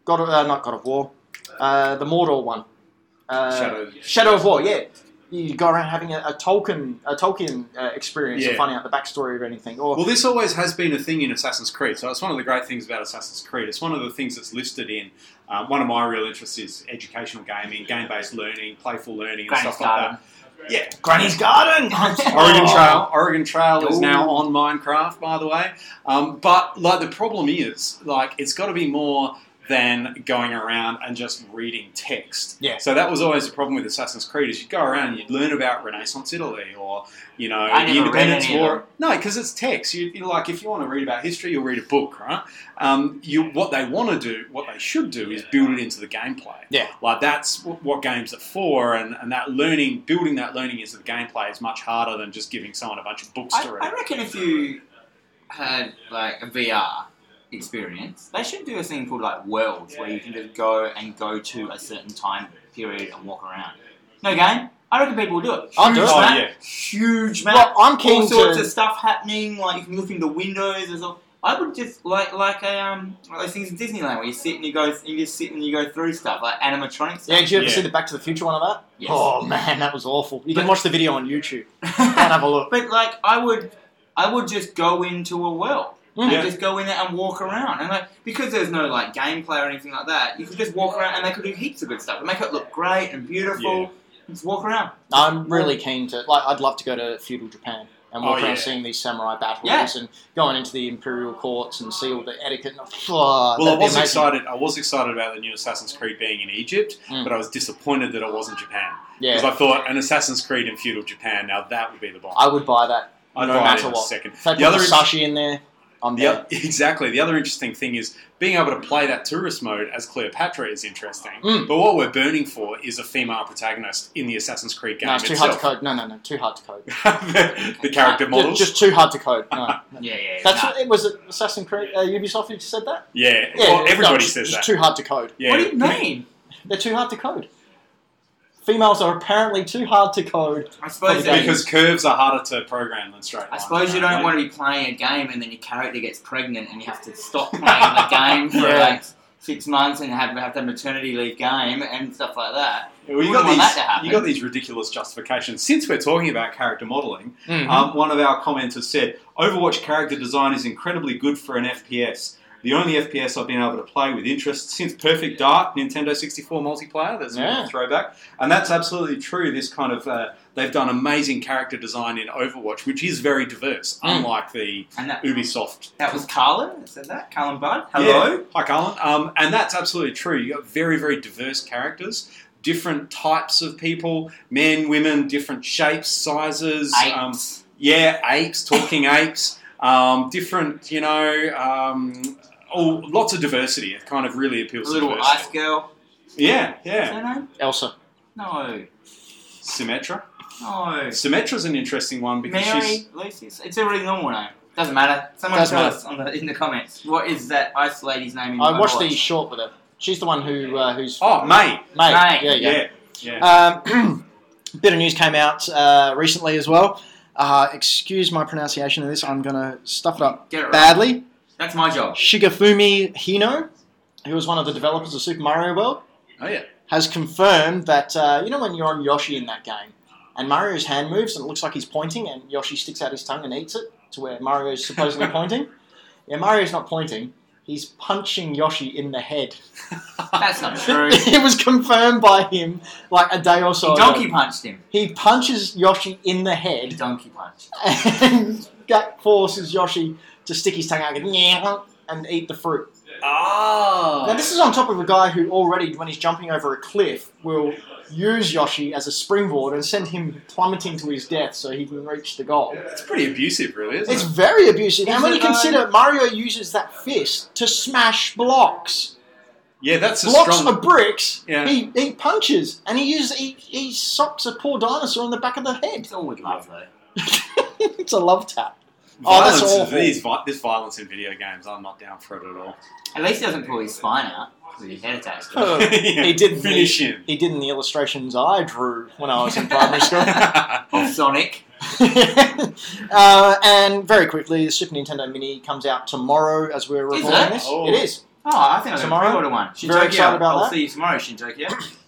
Speaker 1: God, uh, not God of War, uh, the Mordor one, uh,
Speaker 3: Shadow.
Speaker 1: Shadow of War, yeah. You go around having a, a Tolkien, a Tolkien uh, experience of
Speaker 3: Yeah.
Speaker 1: finding out the backstory of anything, or
Speaker 3: Well, this always has been a thing in Assassin's Creed. So it's one of the great things about Assassin's Creed. It's one of the things that's listed in. Um, one of my real interests is educational gaming, game-based learning, playful learning, and
Speaker 2: Granny
Speaker 3: stuff like that. Yeah,
Speaker 1: Granny's Garden.
Speaker 3: Oregon
Speaker 2: Oh.
Speaker 3: Trail. Oregon Trail is
Speaker 1: Ooh.
Speaker 3: now on Minecraft, by the way. Um, but like the problem is, like it's got to be more than going around and just reading text.
Speaker 1: Yeah.
Speaker 3: So that was always the problem with Assassin's Creed is you go around and you learn about Renaissance Italy or you know
Speaker 2: I
Speaker 3: the
Speaker 2: never read
Speaker 3: Independence
Speaker 2: any of
Speaker 3: War. No, because it's text. You, you like if you want to read about history, you'll read a book, right? Um, you what they want to do, what they should do, is build it into the gameplay.
Speaker 1: Yeah.
Speaker 3: like that's w- what games are for, and, and that learning, building that learning into the gameplay is much harder than just giving someone a bunch of books
Speaker 2: I,
Speaker 3: to read.
Speaker 2: I reckon if you had like a VR experience, they should do a thing called like worlds, where you can just go and go to a certain time period and walk around. No game. I reckon people will do it.
Speaker 1: I'll do
Speaker 2: Huge
Speaker 1: it.
Speaker 3: Oh,
Speaker 2: map,
Speaker 3: yeah.
Speaker 2: Huge map.
Speaker 1: Well, I'm keen
Speaker 2: all sorts
Speaker 1: to-
Speaker 2: of stuff happening. Like you can look into windows and stuff. I would just like like a, um like those things in Disneyland where you sit and you go you just sit and you go through stuff like animatronics.
Speaker 1: Yeah, did you ever
Speaker 3: Yeah.
Speaker 1: see the Back to the Future one of that?
Speaker 2: Yes.
Speaker 1: Oh man, that was awful. You can
Speaker 2: But-
Speaker 1: watch the video on YouTube and have a look.
Speaker 2: But like, I would, I would just go into a well and
Speaker 3: Yeah.
Speaker 2: just go in there and walk around, and like because there's no like gameplay or anything like that, you could just walk around and they could do heaps of good stuff, make it look great and beautiful.
Speaker 3: Yeah.
Speaker 2: Just walk around.
Speaker 1: I'm really keen to like. I'd love to go to feudal Japan and walk
Speaker 3: Oh,
Speaker 1: around
Speaker 3: yeah.
Speaker 1: seeing these samurai battles
Speaker 2: Yeah.
Speaker 1: and going into the imperial courts and see all the etiquette. And, oh,
Speaker 3: Well, I
Speaker 1: that'd be
Speaker 3: was
Speaker 1: amazing.
Speaker 3: excited. I was excited about the new Assassin's Creed being in Egypt,
Speaker 1: Mm.
Speaker 3: but I was disappointed that it wasn't Japan because
Speaker 1: Yeah,
Speaker 3: I thought an Assassin's Creed in feudal Japan. Now that would be the bomb.
Speaker 1: I would buy that
Speaker 3: I'd
Speaker 1: no
Speaker 3: buy it
Speaker 1: matter
Speaker 3: in a
Speaker 1: what.
Speaker 3: second.
Speaker 1: If they put
Speaker 3: The other
Speaker 1: Musashi in there, I'm
Speaker 3: The
Speaker 1: there.
Speaker 3: oth- exactly. The other interesting thing is being able to play that tourist mode as Cleopatra is interesting.
Speaker 1: Mm.
Speaker 3: But what we're burning for is a female protagonist in the Assassin's Creed game
Speaker 1: No, it's too hard to
Speaker 3: itself.
Speaker 1: code. No, no, no, too hard to code.
Speaker 3: the, the character models.
Speaker 1: Just, just too hard to code. No.
Speaker 2: Yeah, yeah.
Speaker 1: That's
Speaker 2: nah.
Speaker 1: what, it was it Assassin's Creed uh, Ubisoft who said that.
Speaker 3: yeah.
Speaker 1: Yeah,
Speaker 3: well, everybody
Speaker 1: no, just-
Speaker 3: says
Speaker 1: just
Speaker 3: that.
Speaker 1: too hard to code.
Speaker 3: yeah.
Speaker 2: What do you mean?
Speaker 1: They're too hard to code. Females are apparently too hard to code.
Speaker 2: I suppose
Speaker 1: Probably
Speaker 2: that,
Speaker 3: Because curves are harder to program than straight
Speaker 2: I
Speaker 3: lines,
Speaker 2: suppose you don't
Speaker 3: apparently.
Speaker 2: want to be playing a game and then your character gets pregnant and you have to stop playing the game for
Speaker 1: Yeah.
Speaker 2: like six months and have have the maternity leave game and stuff like that.
Speaker 3: Well, you
Speaker 2: We
Speaker 3: got
Speaker 2: wouldn't want that to
Speaker 3: these.
Speaker 2: happen.
Speaker 3: You got these ridiculous justifications. Since we're talking about character modeling,
Speaker 1: Um,
Speaker 3: um, one of our commenters said, "Overwatch character design is incredibly good for an FPS. The only FPS I've been able to play with interest since Perfect Dark, Nintendo 64 multiplayer. That's
Speaker 1: Yeah.
Speaker 3: a throwback, and that's absolutely true. This kind of uh, they've done amazing character design in Overwatch, which is very diverse,
Speaker 1: Mm.
Speaker 3: unlike the
Speaker 2: And that
Speaker 3: Ubisoft
Speaker 2: that was Carlin that said that. Carlin Bud. Hello.
Speaker 3: yeah. Hi, Carlin. Um, and that's absolutely true. You've got very, very diverse characters, different types of people men, women, different shapes, sizes. Um,
Speaker 2: Apes.
Speaker 3: yeah, apes, talking apes, um, different, you know, um, oh, lots of diversity. It kind of really appeals
Speaker 2: The little
Speaker 3: to diversity.
Speaker 2: ice girl.
Speaker 3: Yeah,
Speaker 2: Is
Speaker 3: yeah.
Speaker 2: her name?
Speaker 1: Elsa.
Speaker 2: No,
Speaker 3: Symmetra.
Speaker 2: no.
Speaker 3: Symmetra's an interesting one because she's.
Speaker 2: Mary, Lucy. It's a really normal name. Doesn't matter. Someone
Speaker 1: Doesn't
Speaker 2: tell
Speaker 1: matter.
Speaker 2: us on the, in the comments. What is that ice lady's name in
Speaker 1: I watched the
Speaker 2: Overwatch?
Speaker 1: short with her. She's the one who uh, who's
Speaker 3: Oh, May.
Speaker 1: mate.
Speaker 2: Mate.
Speaker 1: Yeah, yeah.
Speaker 3: Yeah, yeah.
Speaker 1: Um, bit of news came out uh, recently as well. Uh, excuse my pronunciation of this. I'm gonna stuff it up
Speaker 2: Get it right.
Speaker 1: badly.
Speaker 2: That's my job.
Speaker 1: Shigafumi Hino, who was one of the developers of Super Mario World,
Speaker 3: oh, yeah.
Speaker 1: has confirmed that uh, you know when you're on Yoshi in that game, and Mario's hand moves and it looks like he's pointing, and Yoshi sticks out his tongue and eats it to where Mario's supposedly pointing. Yeah, Mario's not pointing. He's punching Yoshi in the head.
Speaker 2: That's not true.
Speaker 1: it was confirmed by him like a day or so
Speaker 2: He
Speaker 1: ago.
Speaker 2: donkey punched him.
Speaker 1: He punches Yoshi in the
Speaker 2: He
Speaker 1: head
Speaker 2: donkey punched.
Speaker 1: and that forces Yoshi to stick his tongue out and, go, "Yeah," and eat the fruit.
Speaker 3: Oh.
Speaker 1: Now, this is on top of a guy who already, when he's jumping over a cliff, will use Yoshi as a springboard and send him plummeting to his death so he can reach the goal.
Speaker 3: It's pretty abusive, really, isn't
Speaker 1: It's
Speaker 3: it?
Speaker 1: very abusive. And when you
Speaker 2: Isn't it,
Speaker 1: consider Mario uses that fist to smash blocks,
Speaker 3: Yeah, that's a
Speaker 1: blocks
Speaker 3: strong.
Speaker 1: of bricks,
Speaker 3: Yeah.
Speaker 1: he, he punches and he uses he, he socks a poor dinosaur on the back of the head.
Speaker 2: It's all with love though.
Speaker 1: it's a love tap. Oh, that's
Speaker 3: Violence,
Speaker 1: awful.
Speaker 3: These, vi- this violence in video games, I'm not down for it at all.
Speaker 2: At least he doesn't pull his spine out with his head attached. to it.
Speaker 1: Oh, he did
Speaker 3: finish him.
Speaker 1: He did in the illustrations I drew when I was in primary school.
Speaker 2: Oh, Sonic.
Speaker 1: uh, and very quickly, the Super Nintendo Mini comes out tomorrow as we're
Speaker 2: Is
Speaker 1: recording
Speaker 2: it?
Speaker 1: this.
Speaker 3: Oh.
Speaker 1: It is.
Speaker 2: Oh, I think I'm
Speaker 1: Tomorrow?
Speaker 2: going to one. Shintokyo.
Speaker 1: Very excited about
Speaker 2: I'll
Speaker 1: that.
Speaker 2: see you tomorrow, Shintokyo.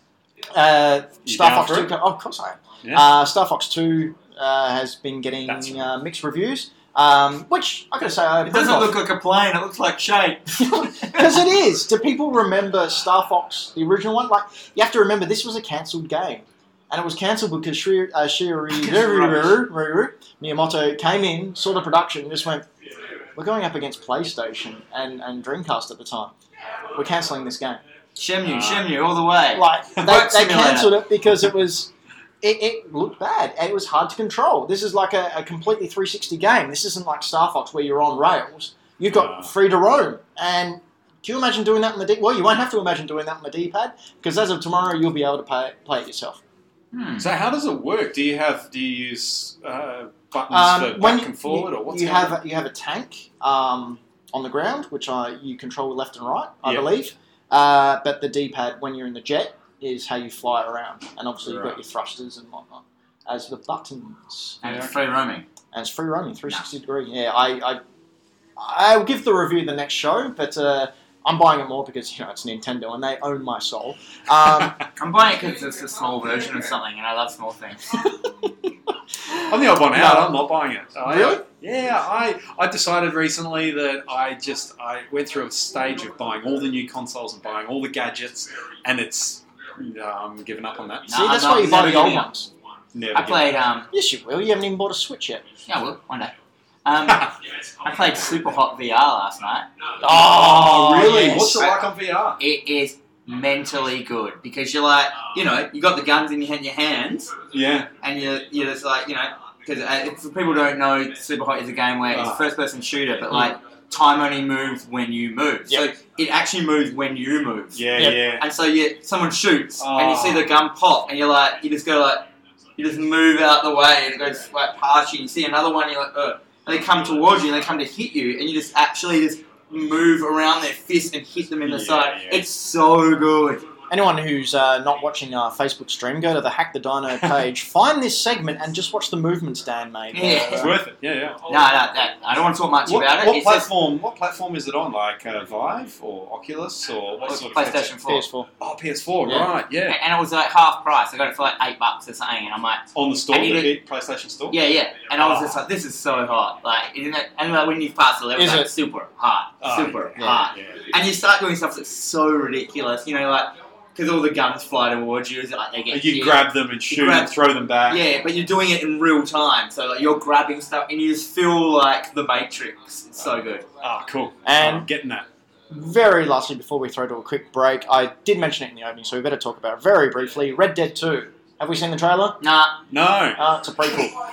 Speaker 1: Uh,
Speaker 3: You
Speaker 1: Star
Speaker 3: down
Speaker 1: Fox
Speaker 3: for
Speaker 1: 2,
Speaker 3: it?
Speaker 1: co- oh, of course I am.
Speaker 3: Yeah.
Speaker 1: Uh, Star Fox 2 uh, has been getting
Speaker 3: That's right.
Speaker 1: uh, mixed reviews, um, which I gotta say, I
Speaker 2: It doesn't look like a plane. It looks like shape.
Speaker 1: Because it is. Do people remember Star Fox, the original one? Like, you have to remember this was a cancelled game. And it was cancelled because Shri, uh, Shiori Ruru- Miyamoto came in, saw the production, and just went, We're going up against PlayStation and, and Dreamcast at the time. We're cancelling this game.
Speaker 2: Shemnu,
Speaker 3: Uh,
Speaker 2: Shemnu, all the way.
Speaker 1: Like, they,
Speaker 2: Work
Speaker 1: they
Speaker 2: simulator.
Speaker 1: cancelled it because it was. It, it looked bad. and It was hard to control. This is like a, a completely 360 game. This isn't like Star Fox where you're on rails. You've got
Speaker 3: Ah.
Speaker 1: free to roam. And do you imagine doing that on the D? Well, you won't have to imagine doing that on the D-pad because as of tomorrow, you'll be able to play, play it yourself.
Speaker 2: Hmm.
Speaker 3: So how does it work? Do you have do you use uh, buttons
Speaker 1: Um,
Speaker 3: for
Speaker 1: when
Speaker 3: back and forward
Speaker 1: you,
Speaker 3: or what's
Speaker 1: you
Speaker 3: going
Speaker 1: have a, you have a tank um, on the ground, which I you control with left and right, I
Speaker 3: Yeah.
Speaker 1: believe. Uh, but the D-pad when you're in the jet is how you fly around, and obviously you've
Speaker 3: Right.
Speaker 1: got your thrusters and whatnot as the buttons,
Speaker 2: And
Speaker 3: Yeah.
Speaker 2: it's free roaming.
Speaker 1: and it's free running, 360 degree. Yeah, I, I I'll give the review the next show, but uh, I'm buying it more because you know it's Nintendo and they own my soul. Um,
Speaker 2: I'm buying it because it's a small version of something, and I love small things.
Speaker 3: I'm the odd one out. I'm not buying it. I-
Speaker 1: Really?
Speaker 3: Yeah, I, I decided recently that I just I went through a stage of buying all the new consoles and buying all the gadgets, and it's no, I'm giving up on that.
Speaker 2: No,
Speaker 1: see,
Speaker 2: I'm
Speaker 1: that's
Speaker 2: not-
Speaker 1: why you buy
Speaker 2: never
Speaker 1: the old
Speaker 2: giving up.
Speaker 1: ones.
Speaker 3: Never.
Speaker 2: I played, um,
Speaker 1: Yes, you will. You haven't even bought a Switch yet.
Speaker 2: yeah, well, one day. Um, I
Speaker 4: I
Speaker 2: played Super Hot VR last night.
Speaker 1: Oh,
Speaker 3: really?
Speaker 1: yes.
Speaker 3: What's it
Speaker 2: I-
Speaker 3: like on VR?
Speaker 2: It is mentally good because you're like, you know, you got the guns in your, in your hands,
Speaker 3: Yeah.
Speaker 2: and you're, you're just like, you know, because if people don't know, Super Hot is a game where it's
Speaker 3: Ah.
Speaker 2: first person shooter, but like time only moves when you move. So it actually moves when you move.
Speaker 3: Yeah,
Speaker 1: Yeah.
Speaker 3: yeah.
Speaker 2: And so you, someone shoots, and you
Speaker 3: Oh.
Speaker 2: see the gun pop, and you're like, you just go like, you just move out the way, and it goes like past you. And you see another one, you're like, Ugh. and they come towards you, and they come to hit you, and you just actually just move around their fist and hit them in the
Speaker 3: Yeah,
Speaker 2: side.
Speaker 3: yeah.
Speaker 2: It's so good.
Speaker 1: Anyone who's uh, not watching our Facebook stream, go to the Hack the Dino page, find this segment, and just watch the movements Dan made.
Speaker 2: Yeah.
Speaker 3: It's worth it. Yeah, yeah.
Speaker 2: No, no, that, I don't want to talk much
Speaker 3: What,
Speaker 2: about it.
Speaker 3: what
Speaker 2: it's just
Speaker 3: platform? What platform is it on? Like uh, Vive or Oculus or what sort of headset?
Speaker 2: PlayStation Four,
Speaker 1: PS4.
Speaker 3: Oh, PS4.
Speaker 1: Yeah.
Speaker 3: Right.
Speaker 2: and
Speaker 3: Yeah.
Speaker 2: and it was like half price. I got it for like eight bucks or something, and I'm like.
Speaker 3: On the store,
Speaker 2: And you
Speaker 3: the
Speaker 2: do-
Speaker 3: big PlayStation store.
Speaker 2: Yeah, yeah, and I was just like, "This is so hot!" Like, isn't it? And like when you pass the level,
Speaker 1: Is
Speaker 2: it's like,
Speaker 1: it-
Speaker 2: super hot,
Speaker 3: Oh,
Speaker 2: super
Speaker 1: yeah.
Speaker 2: hot.
Speaker 3: Yeah.
Speaker 2: And you start doing stuff that's so ridiculous, you know, like because all the guns fly towards you, is like they
Speaker 3: And
Speaker 2: get
Speaker 3: you
Speaker 2: hit.
Speaker 3: grab them and shoot
Speaker 2: grab-
Speaker 3: and throw them back.
Speaker 2: Yeah, but you're doing it in real time, so like you're grabbing stuff, and you just feel like the Matrix. It's so good.
Speaker 3: Ah, cool.
Speaker 1: And-
Speaker 3: I'm getting that.
Speaker 1: Very lastly, before we throw to a quick break, I did mention it in the opening, so we better talk about it very briefly. Red Dead 2. Have we seen the trailer?
Speaker 2: Nah,
Speaker 3: No.
Speaker 1: Uh, it's a prequel.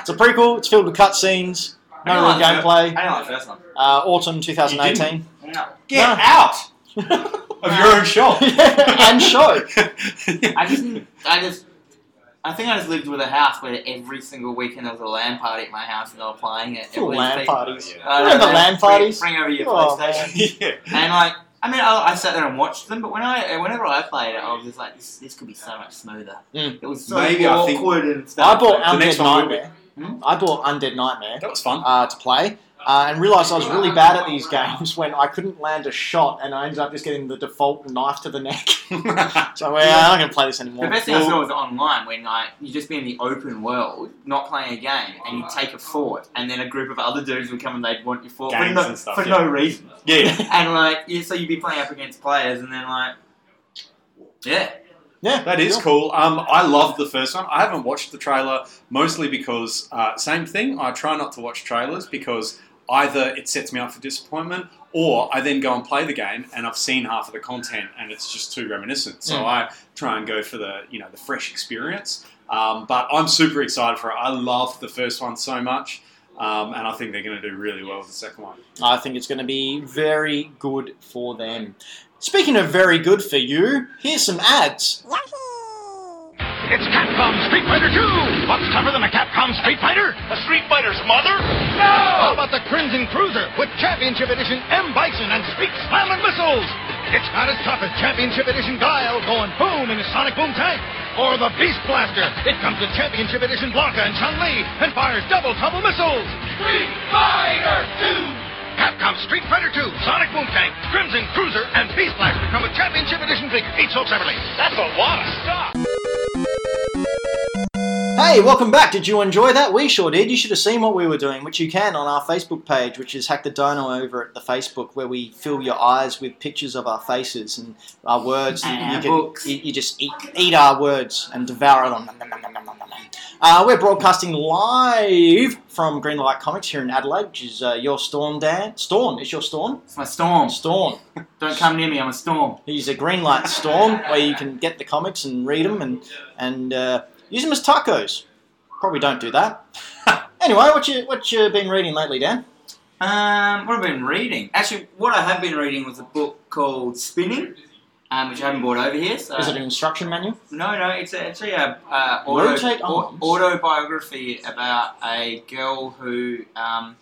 Speaker 1: It's a prequel. It's filled with cutscenes, no
Speaker 2: No,
Speaker 1: real
Speaker 2: it's not.
Speaker 1: gameplay.
Speaker 2: I don't like the first one.
Speaker 1: Uh, autumn 2018.
Speaker 2: No,
Speaker 3: Get
Speaker 1: No.
Speaker 3: out
Speaker 2: Oh,
Speaker 3: of your own shop.
Speaker 1: and show.
Speaker 2: I just, I just, I think I just lived with a house where every single weekend there was a LAN party at my house, and they were playing it. It
Speaker 1: Full
Speaker 2: was
Speaker 1: LAN
Speaker 2: like-
Speaker 1: parties.
Speaker 3: Yeah.
Speaker 2: I don't
Speaker 1: Remember
Speaker 2: know,
Speaker 1: LAN
Speaker 2: bring-
Speaker 1: parties?
Speaker 2: Bring over your
Speaker 1: Oh,
Speaker 2: PlayStation.
Speaker 3: yeah.
Speaker 2: And like, I mean, I, I sat there and watched them, but when I, whenever I played it, I was just like, this, this could be so much smoother.
Speaker 1: Mm.
Speaker 2: It was so
Speaker 3: Maybe I think-
Speaker 2: awkward and
Speaker 1: I
Speaker 2: stuff.
Speaker 1: bought
Speaker 3: The next
Speaker 1: Undead
Speaker 3: one will be-
Speaker 1: Nightmare.
Speaker 2: Hmm?
Speaker 1: I bought Undead Nightmare
Speaker 3: That was fun.
Speaker 1: uh, to play. Uh, and realised I was really bad at these games when I couldn't land a shot, and I ended up just getting the default knife to the neck. So well, I'm not going to play this
Speaker 2: The
Speaker 1: anymore.
Speaker 2: best thing I saw was online when like you just be in the open world, not playing a game, and you take a fort, and then a group of other dudes would come and they'd want your fort
Speaker 3: Gangs
Speaker 2: for, no,
Speaker 3: and stuff,
Speaker 2: for
Speaker 3: yeah.
Speaker 2: no reason.
Speaker 3: yeah.
Speaker 2: And like, yeah, so you'd be playing up against players, and then like, yeah,
Speaker 1: yeah,
Speaker 3: That is
Speaker 1: cool.
Speaker 3: cool. Um, I love the first one. I haven't watched the trailer mostly because uh, same thing. I try not to watch trailers because either it sets me up for disappointment, or I then go and play the game and I've seen half of the content and it's just too reminiscent. So
Speaker 1: Mm.
Speaker 3: I try and go for the you know the fresh experience. Um, but I'm super excited for it. I love the first one so much, um, and I think they're going to do really well with the second one.
Speaker 1: I think it's going to be very good for them. Speaking of very good for you, here's some ads.
Speaker 5: It's Capcom Street Fighter 2! What's tougher than a Capcom Street Fighter?
Speaker 4: A Street Fighter's mother? No!
Speaker 5: How about the Crimson Cruiser with Championship Edition M Bison and Street Slamming Missiles? It's not as tough as Championship Edition Guile going boom in a Sonic Boom Tank. Or the Beast Blaster. It comes with Championship Edition Blanca and Chun Li and fires double trouble missiles.
Speaker 4: Street Fighter 2!
Speaker 5: Capcom Street Fighter 2, Sonic Boom Tank, Crimson Cruiser, and Beast Blaster come with Championship Edition figures, each sold separately.
Speaker 4: That's a lot of stuff!
Speaker 1: Hey, welcome back. Did you enjoy that? We sure did. You should have seen what we were doing, which you can on our Facebook page, which is Hack the Dino over at the Facebook, where we fill your eyes with pictures of our faces and our words. You-
Speaker 2: And
Speaker 1: you,
Speaker 2: our
Speaker 1: can-
Speaker 2: books.
Speaker 1: you- you just eat, eat our words and devour them. Nom, nom, nom, nom, nom, nom, nom, nom. Uh, we're broadcasting live from Greenlight Comics here in Adelaide, which is uh, your storm, Dan. Storm, it's your storm?
Speaker 2: it's my storm.
Speaker 1: Storm.
Speaker 2: Don't come near me. I'm a storm.
Speaker 1: He's a green light storm where you can get the comics and read them and and uh, use them as tacos. Probably don't do that. anyway, what you what you been reading lately, Dan?
Speaker 2: Um, what have I been reading? Actually, what I have been reading was a book called Spinning, um, which I haven't bought over here. So
Speaker 1: Is it an instruction manual?
Speaker 2: no, no, it's actually a uh, auto,
Speaker 1: Rotate
Speaker 2: au-
Speaker 1: arms.
Speaker 2: autobiography about a girl who um,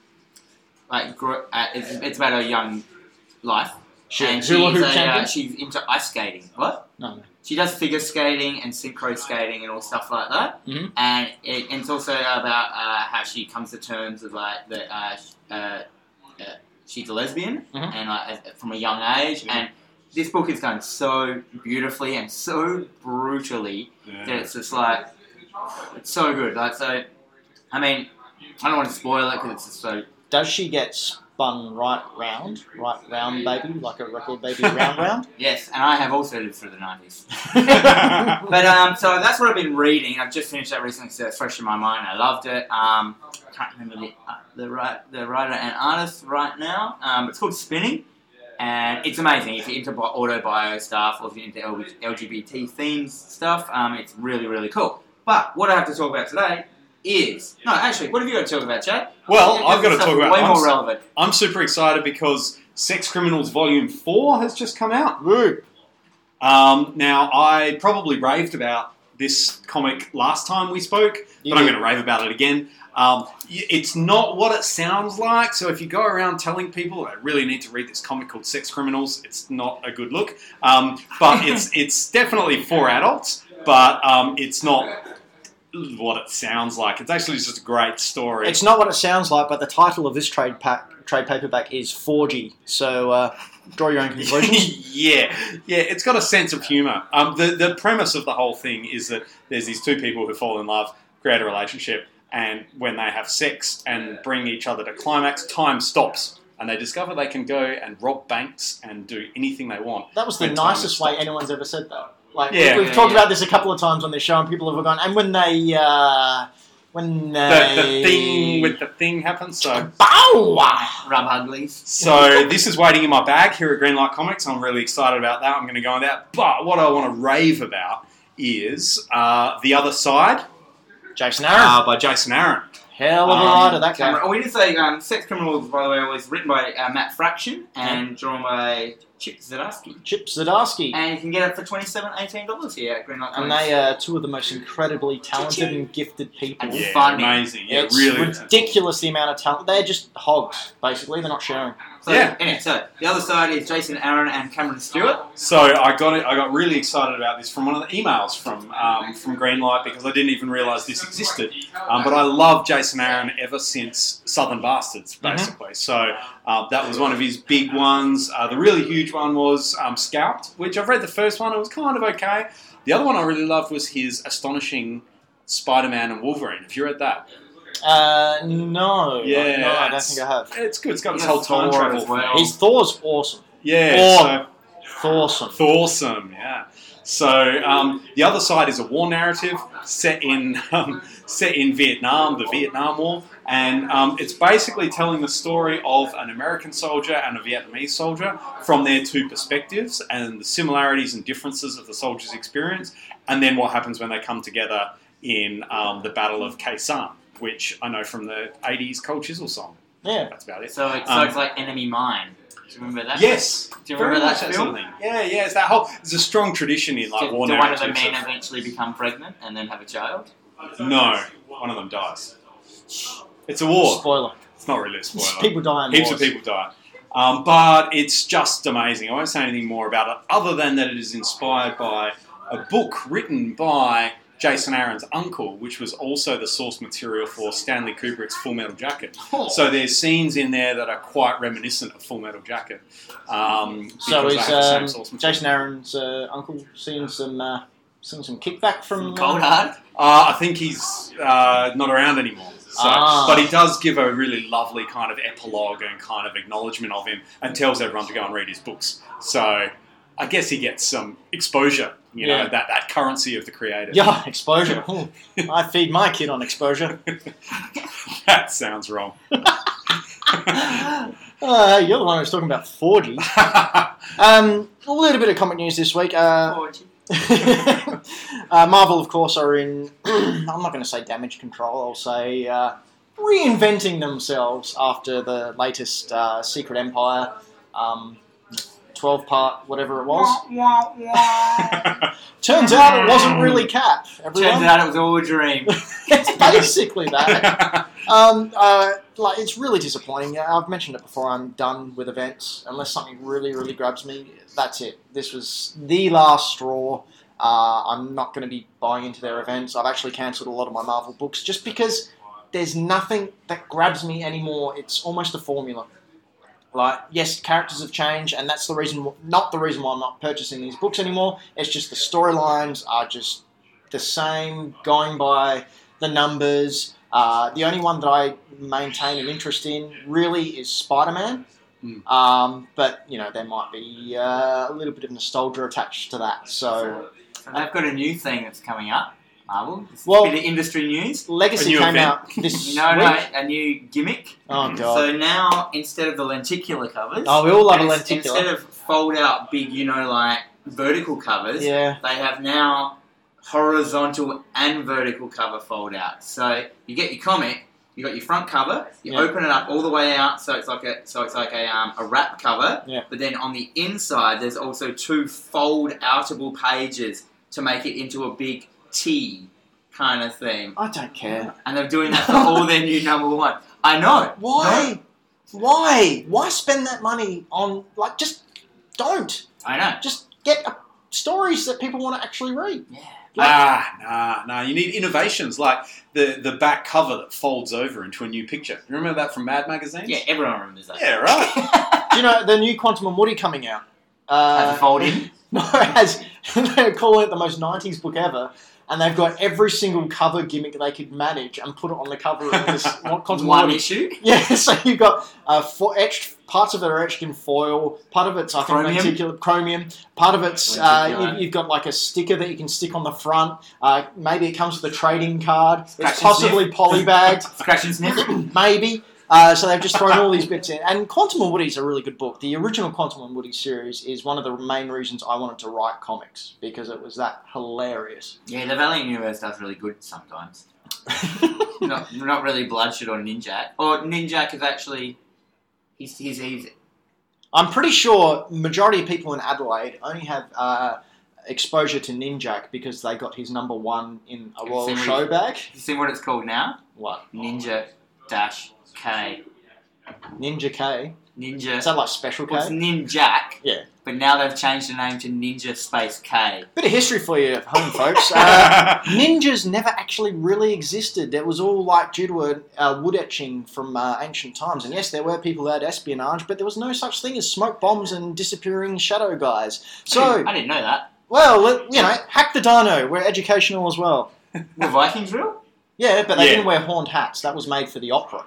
Speaker 2: like gr- uh, it's, it's about her young life.
Speaker 1: She-
Speaker 2: and
Speaker 1: hula
Speaker 2: she's
Speaker 1: hoop
Speaker 2: a, uh,
Speaker 1: champion?
Speaker 2: she's into ice skating. What?
Speaker 1: No, no.
Speaker 2: She does figure skating and synchro skating and all stuff like that.
Speaker 1: Mhm.
Speaker 2: And, it, and it's also about uh, how she comes to terms with like that uh, sh- uh, uh, she's a lesbian
Speaker 1: Mhm.
Speaker 2: and like, uh, from a young age.
Speaker 1: Mm-hmm.
Speaker 3: Yeah.
Speaker 2: And this book is done so beautifully and so brutally that
Speaker 3: Yeah.
Speaker 2: it's just like it's so good. Like so, I mean, I don't want to spoil it because it's just so
Speaker 1: Does she get spun right round, right round, baby, like a record baby, round, round?
Speaker 2: Yes, and I have also lived through the nineties. but um, so that's what I've been reading. I've just finished that recently, so it's fresh in my mind. I loved it. Um, can't remember the uh, the, right, the writer and artist right now. Um, it's called Spinning, and it's amazing. If you're into bi- auto bio stuff or if you're into LB- LGBT themes stuff, um, it's really really cool. But what I have to talk about today is no, actually, what have you got to talk about, Jay?
Speaker 3: Well,
Speaker 2: Because
Speaker 3: I've got to
Speaker 2: this stuff
Speaker 3: talk
Speaker 2: is
Speaker 3: about.
Speaker 2: way
Speaker 3: I'm,
Speaker 2: more
Speaker 3: su-
Speaker 2: relevant.
Speaker 3: I'm super excited because Sex Criminals Volume Four has just come out.
Speaker 1: Woo!
Speaker 3: Um, now, I probably raved about this comic last time we spoke,
Speaker 1: You
Speaker 3: but I'm
Speaker 1: did.
Speaker 3: going to rave about it again. Um, y- it's not what it sounds like, so if you go around telling people I really need to read this comic called Sex Criminals, it's not a good look. Um, but it's it's definitely for adults, but um, it's not what it sounds like. It's actually just a great story.
Speaker 1: It's not what it sounds like, but the title of this trade pack, trade paperback is 4G. So uh, draw your own conclusions.
Speaker 3: yeah, yeah, it's got a sense of humor. Um, the the premise of the whole thing is that there's these two people who fall in love, create a relationship, and when they have sex and bring each other to climax, time stops, and they discover they can go and rob banks and do anything they want.
Speaker 1: That was the
Speaker 3: When time
Speaker 1: nicest way anyone's ever said that. Like we-
Speaker 3: Yeah,
Speaker 1: we've
Speaker 2: yeah,
Speaker 1: talked
Speaker 2: yeah.
Speaker 1: about this a couple of times on this show, and people have gone. And when they, uh, when
Speaker 3: The,
Speaker 1: they,
Speaker 3: the thing with the thing happens. So,
Speaker 1: bow, wow.
Speaker 2: Rub Huglies.
Speaker 3: so this is waiting in my bag here at Greenlight Comics. I'm really excited about that. I'm going to go on that. But what I want to rave about is uh, the other side
Speaker 1: Jason Aaron,
Speaker 3: uh, by Jason Aaron.
Speaker 1: hell of a
Speaker 2: Um,
Speaker 1: rider that guy.
Speaker 2: Um, we did say um, Sex Criminals, by the way, was written by uh, Matt Fraction and drawn by Chip Zdarsky.
Speaker 1: Chip Zdarsky,
Speaker 2: And you can get it for $27, 18 dollars here at Greenlight.
Speaker 1: and
Speaker 2: Comics.
Speaker 1: they uh, are two of the most incredibly talented and gifted people.
Speaker 2: And
Speaker 3: Yeah,
Speaker 2: funny.
Speaker 3: amazing. Yeah,
Speaker 1: it's
Speaker 3: really.
Speaker 1: ridiculous the amount of talent. They're just hogs, basically. They're not sharing.
Speaker 2: so,
Speaker 3: yeah.
Speaker 2: Anyway, so the other side is Jason Aaron and Cameron Stewart.
Speaker 3: So I got it. I got really excited about this from one of the emails from um, from Greenlight because I didn't even realise this existed. Um, but I love Jason Aaron ever since Southern Bastards,
Speaker 2: Mm-hmm.
Speaker 3: basically. So uh, that was one of his big ones. Uh, the really huge one was um, Scalped, which I've read the first one. It was kind of okay. The other one I really loved was his astonishing Spider-Man and Wolverine. Have you read that?
Speaker 1: Uh, no,
Speaker 3: Yeah,
Speaker 1: no, I don't
Speaker 3: that's-
Speaker 1: think I have.
Speaker 3: It's good. It's got this
Speaker 2: You know,
Speaker 3: whole time
Speaker 2: Thor
Speaker 3: travel.
Speaker 2: as well.
Speaker 3: thing.
Speaker 1: His Thor's awesome.
Speaker 3: Yeah.
Speaker 1: Thor.
Speaker 3: so-
Speaker 1: Thorsome.
Speaker 3: Thorsome, yeah. So um, the other side is a war narrative set in um, set in Vietnam, the Vietnam War, and um, it's basically telling the story of an American soldier and a Vietnamese soldier from their two perspectives and the similarities and differences of the soldiers' experience, and then what happens when they come together in um, the Battle of Khe Sanh, which I know from the '80s Cold Chisel song.
Speaker 1: Yeah.
Speaker 3: That's about it.
Speaker 2: So, it's, so
Speaker 3: Um,
Speaker 2: it's like Enemy Mine. Do you remember that?
Speaker 3: Yes,
Speaker 2: Do you remember
Speaker 3: very
Speaker 2: that film?
Speaker 3: much sort of thing. Yeah, yeah. It's that whole. There's a strong tradition in like
Speaker 2: Did,
Speaker 3: war
Speaker 2: did one of
Speaker 3: narratives.
Speaker 2: the men
Speaker 3: of-
Speaker 2: eventually become pregnant and then have a child?
Speaker 3: No, one of them dies. It's a war.
Speaker 1: Spoiler.
Speaker 3: It's not really a spoiler.
Speaker 1: People die in
Speaker 3: Heaps of
Speaker 1: wars.
Speaker 3: people die. Um, but it's just amazing. I won't say anything more about it other than that it is inspired by a book written by Jason Aaron's uncle, which was also the source material for Stanley Kubrick's Full Metal Jacket.
Speaker 2: Oh.
Speaker 3: So there's scenes in there that are quite reminiscent of Full Metal Jacket. Um,
Speaker 1: So
Speaker 3: because they
Speaker 1: is
Speaker 3: have the same
Speaker 1: um,
Speaker 3: source material.
Speaker 1: Jason Aaron's uh, uncle seeing some uh, seeing some kickback from uh,
Speaker 2: Cold Hard?
Speaker 3: Uh, I think he's uh, not around anymore. So,
Speaker 1: Ah.
Speaker 3: But he does give a really lovely kind of epilogue and kind of acknowledgement of him and tells everyone to go and read his books. So I guess he gets some exposure, you
Speaker 1: Yeah.
Speaker 3: know, that, that currency of the creator.
Speaker 1: Yeah, exposure. Hmm. I feed my kid on exposure.
Speaker 3: that sounds wrong.
Speaker 1: Uh, you're the one who's talking about 4G. Um, a little bit of comic news this week. Uh,
Speaker 2: Or-
Speaker 1: uh, Marvel, of course, are in. I'm not going to say damage control. I'll say uh, reinventing themselves after the latest uh, Secret Empire um, twelve part, whatever it was.
Speaker 2: Wah, wah, wah.
Speaker 1: Turns out it wasn't really Cap. Everyone.
Speaker 2: Turns out it was all a dream.
Speaker 1: it's basically that. Um, uh, like it's really disappointing. I've mentioned it before. I'm done with events unless something really, really grabs me. That's it. This was the last straw. Uh, I'm not going to be buying into their events. I've actually cancelled a lot of my Marvel books just because there's nothing that grabs me anymore. It's almost a formula. Like yes, characters have changed, and that's the reason. wh- Not the reason why I'm not purchasing these books anymore. It's just the storylines are just the same, going by the numbers. Uh, the only one that I maintain an interest in really is Spider Man.
Speaker 3: Mm.
Speaker 1: Um, but you know there might be uh, a little bit of nostalgia attached to that. So
Speaker 2: So they've got a new thing that's coming up. Marvel. This is
Speaker 1: Well-
Speaker 2: a bit of industry news.
Speaker 1: Legacy
Speaker 3: A new
Speaker 1: came
Speaker 3: event?
Speaker 1: out this
Speaker 2: No,
Speaker 1: week.
Speaker 2: no, a new gimmick.
Speaker 1: Oh god!
Speaker 2: So now instead of the lenticular covers,
Speaker 1: oh, we all love a
Speaker 2: ins-
Speaker 1: lenticular.
Speaker 2: instead of fold out big, you know, like vertical covers,
Speaker 1: Yeah,
Speaker 2: they have now horizontal and vertical cover fold out. So you get your comic, you got your front cover, you
Speaker 1: Yeah.
Speaker 2: open it up all the way out, so it's like a so it's like a um, a wrap cover.
Speaker 1: Yeah.
Speaker 2: But then on the inside, there's also two fold outable pages to make it into a big T kind of thing.
Speaker 1: I don't care.
Speaker 2: And they're doing that for all their new number one. I know.
Speaker 1: Why? Why? Why spend that money on like just don't
Speaker 2: I know.
Speaker 1: just get uh, stories that people want to actually read.
Speaker 2: Yeah.
Speaker 3: Nah, Ah, nah, nah. You need innovations like the, the back cover that folds over into a new picture. You remember that from Mad Magazine?
Speaker 2: Yeah, everyone remembers that.
Speaker 3: Yeah, right.
Speaker 1: Do you know the new Quantum and Woody coming out?
Speaker 2: Have a
Speaker 1: Uh,
Speaker 2: fold in.
Speaker 1: no, it has they're calling it the most '90s book ever, and they've got every single cover gimmick they could manage and put it on the cover of this Quantum and
Speaker 2: One
Speaker 1: Woody.
Speaker 2: issue.
Speaker 1: Yeah, so you've got uh, fo- etched parts of it are etched in foil. Part of it's I think
Speaker 2: Chromium?
Speaker 1: lenticular chromium. Part of it's uh,
Speaker 2: Lenticular.
Speaker 1: you, you've got like a sticker that you can stick on the front. Uh, maybe it comes with a trading card.
Speaker 2: Scratch
Speaker 1: It's
Speaker 2: and
Speaker 1: possibly polybagged.
Speaker 2: Scratch and sniff.
Speaker 1: maybe. Uh, so they've just thrown all these bits in. And Quantum and Woody's a really good book. The original Quantum and Woody series is one of the main reasons I wanted to write comics because it was that hilarious.
Speaker 2: Yeah, the Valiant Universe does really good sometimes. not, not really Bloodshot or Ninjak. Or Ninjak is actually. He's, he's, he's
Speaker 1: I'm pretty sure majority of people in Adelaide only have uh, exposure to Ninjak because they got his number one in a
Speaker 2: Have you
Speaker 1: Royal
Speaker 2: seen
Speaker 1: Show
Speaker 2: it?
Speaker 1: bag.
Speaker 2: you seen what it's called now?
Speaker 1: What
Speaker 2: Ninja dash K.
Speaker 1: Ninja K? Is
Speaker 2: Ninja.
Speaker 1: that like Special
Speaker 2: Well, it's
Speaker 1: K?
Speaker 2: Ninjak.
Speaker 1: Yeah.
Speaker 2: But now they've changed the name to Ninja Space K.
Speaker 1: Bit of history for you at home, folks. Uh, Ninjas never actually really existed. That was all like due to a, a wood etching from uh, ancient times. And yes, there were people who had espionage, but there was no such thing as smoke bombs and disappearing shadow guys.
Speaker 2: I
Speaker 1: So,
Speaker 2: didn't, I didn't know that.
Speaker 1: well, let- you know, hack the dino. We're educational as well.
Speaker 2: Were Vikings real?
Speaker 1: Yeah, but they
Speaker 3: Yeah.
Speaker 1: didn't wear horned hats. That was made for the opera.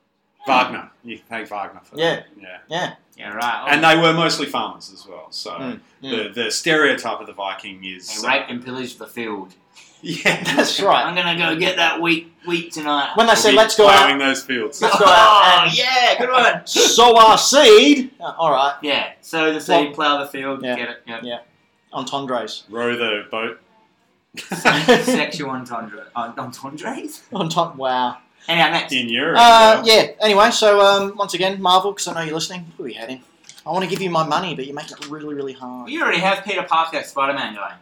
Speaker 3: Wagner. You can thank Wagner for
Speaker 1: Yeah.
Speaker 3: that. Yeah.
Speaker 2: Yeah, right. Oh,
Speaker 3: And they were mostly farmers as well. So
Speaker 1: Mm,
Speaker 3: The, the stereotype of the Viking is.
Speaker 2: they raped and pillaged the field.
Speaker 3: Yeah.
Speaker 1: That's right.
Speaker 2: I'm gonna go get that wheat wheat tonight.
Speaker 1: When they
Speaker 3: We'll
Speaker 1: said,
Speaker 3: be
Speaker 1: let's go
Speaker 3: plowing
Speaker 1: out,
Speaker 3: those fields.
Speaker 1: let's go
Speaker 2: oh,
Speaker 1: out and
Speaker 2: yeah, good one.
Speaker 1: sow our seed. Uh, all right,
Speaker 2: Yeah, so the seed,
Speaker 1: Well-
Speaker 2: plough the field,
Speaker 1: Yeah.
Speaker 2: get it. Yeah.
Speaker 1: entendres.
Speaker 3: Row the boat.
Speaker 2: Sexual entendre. Uh, entendres?
Speaker 1: Entend- wow.
Speaker 2: Anyhow, next.
Speaker 3: in Europe.
Speaker 1: Uh, yeah. Anyway, so um, once again, Marvel, because I know you're listening. Who are we heading? I want to give you my money, but you make it really, really hard.
Speaker 2: You already have Peter Parker, Spider Man guy.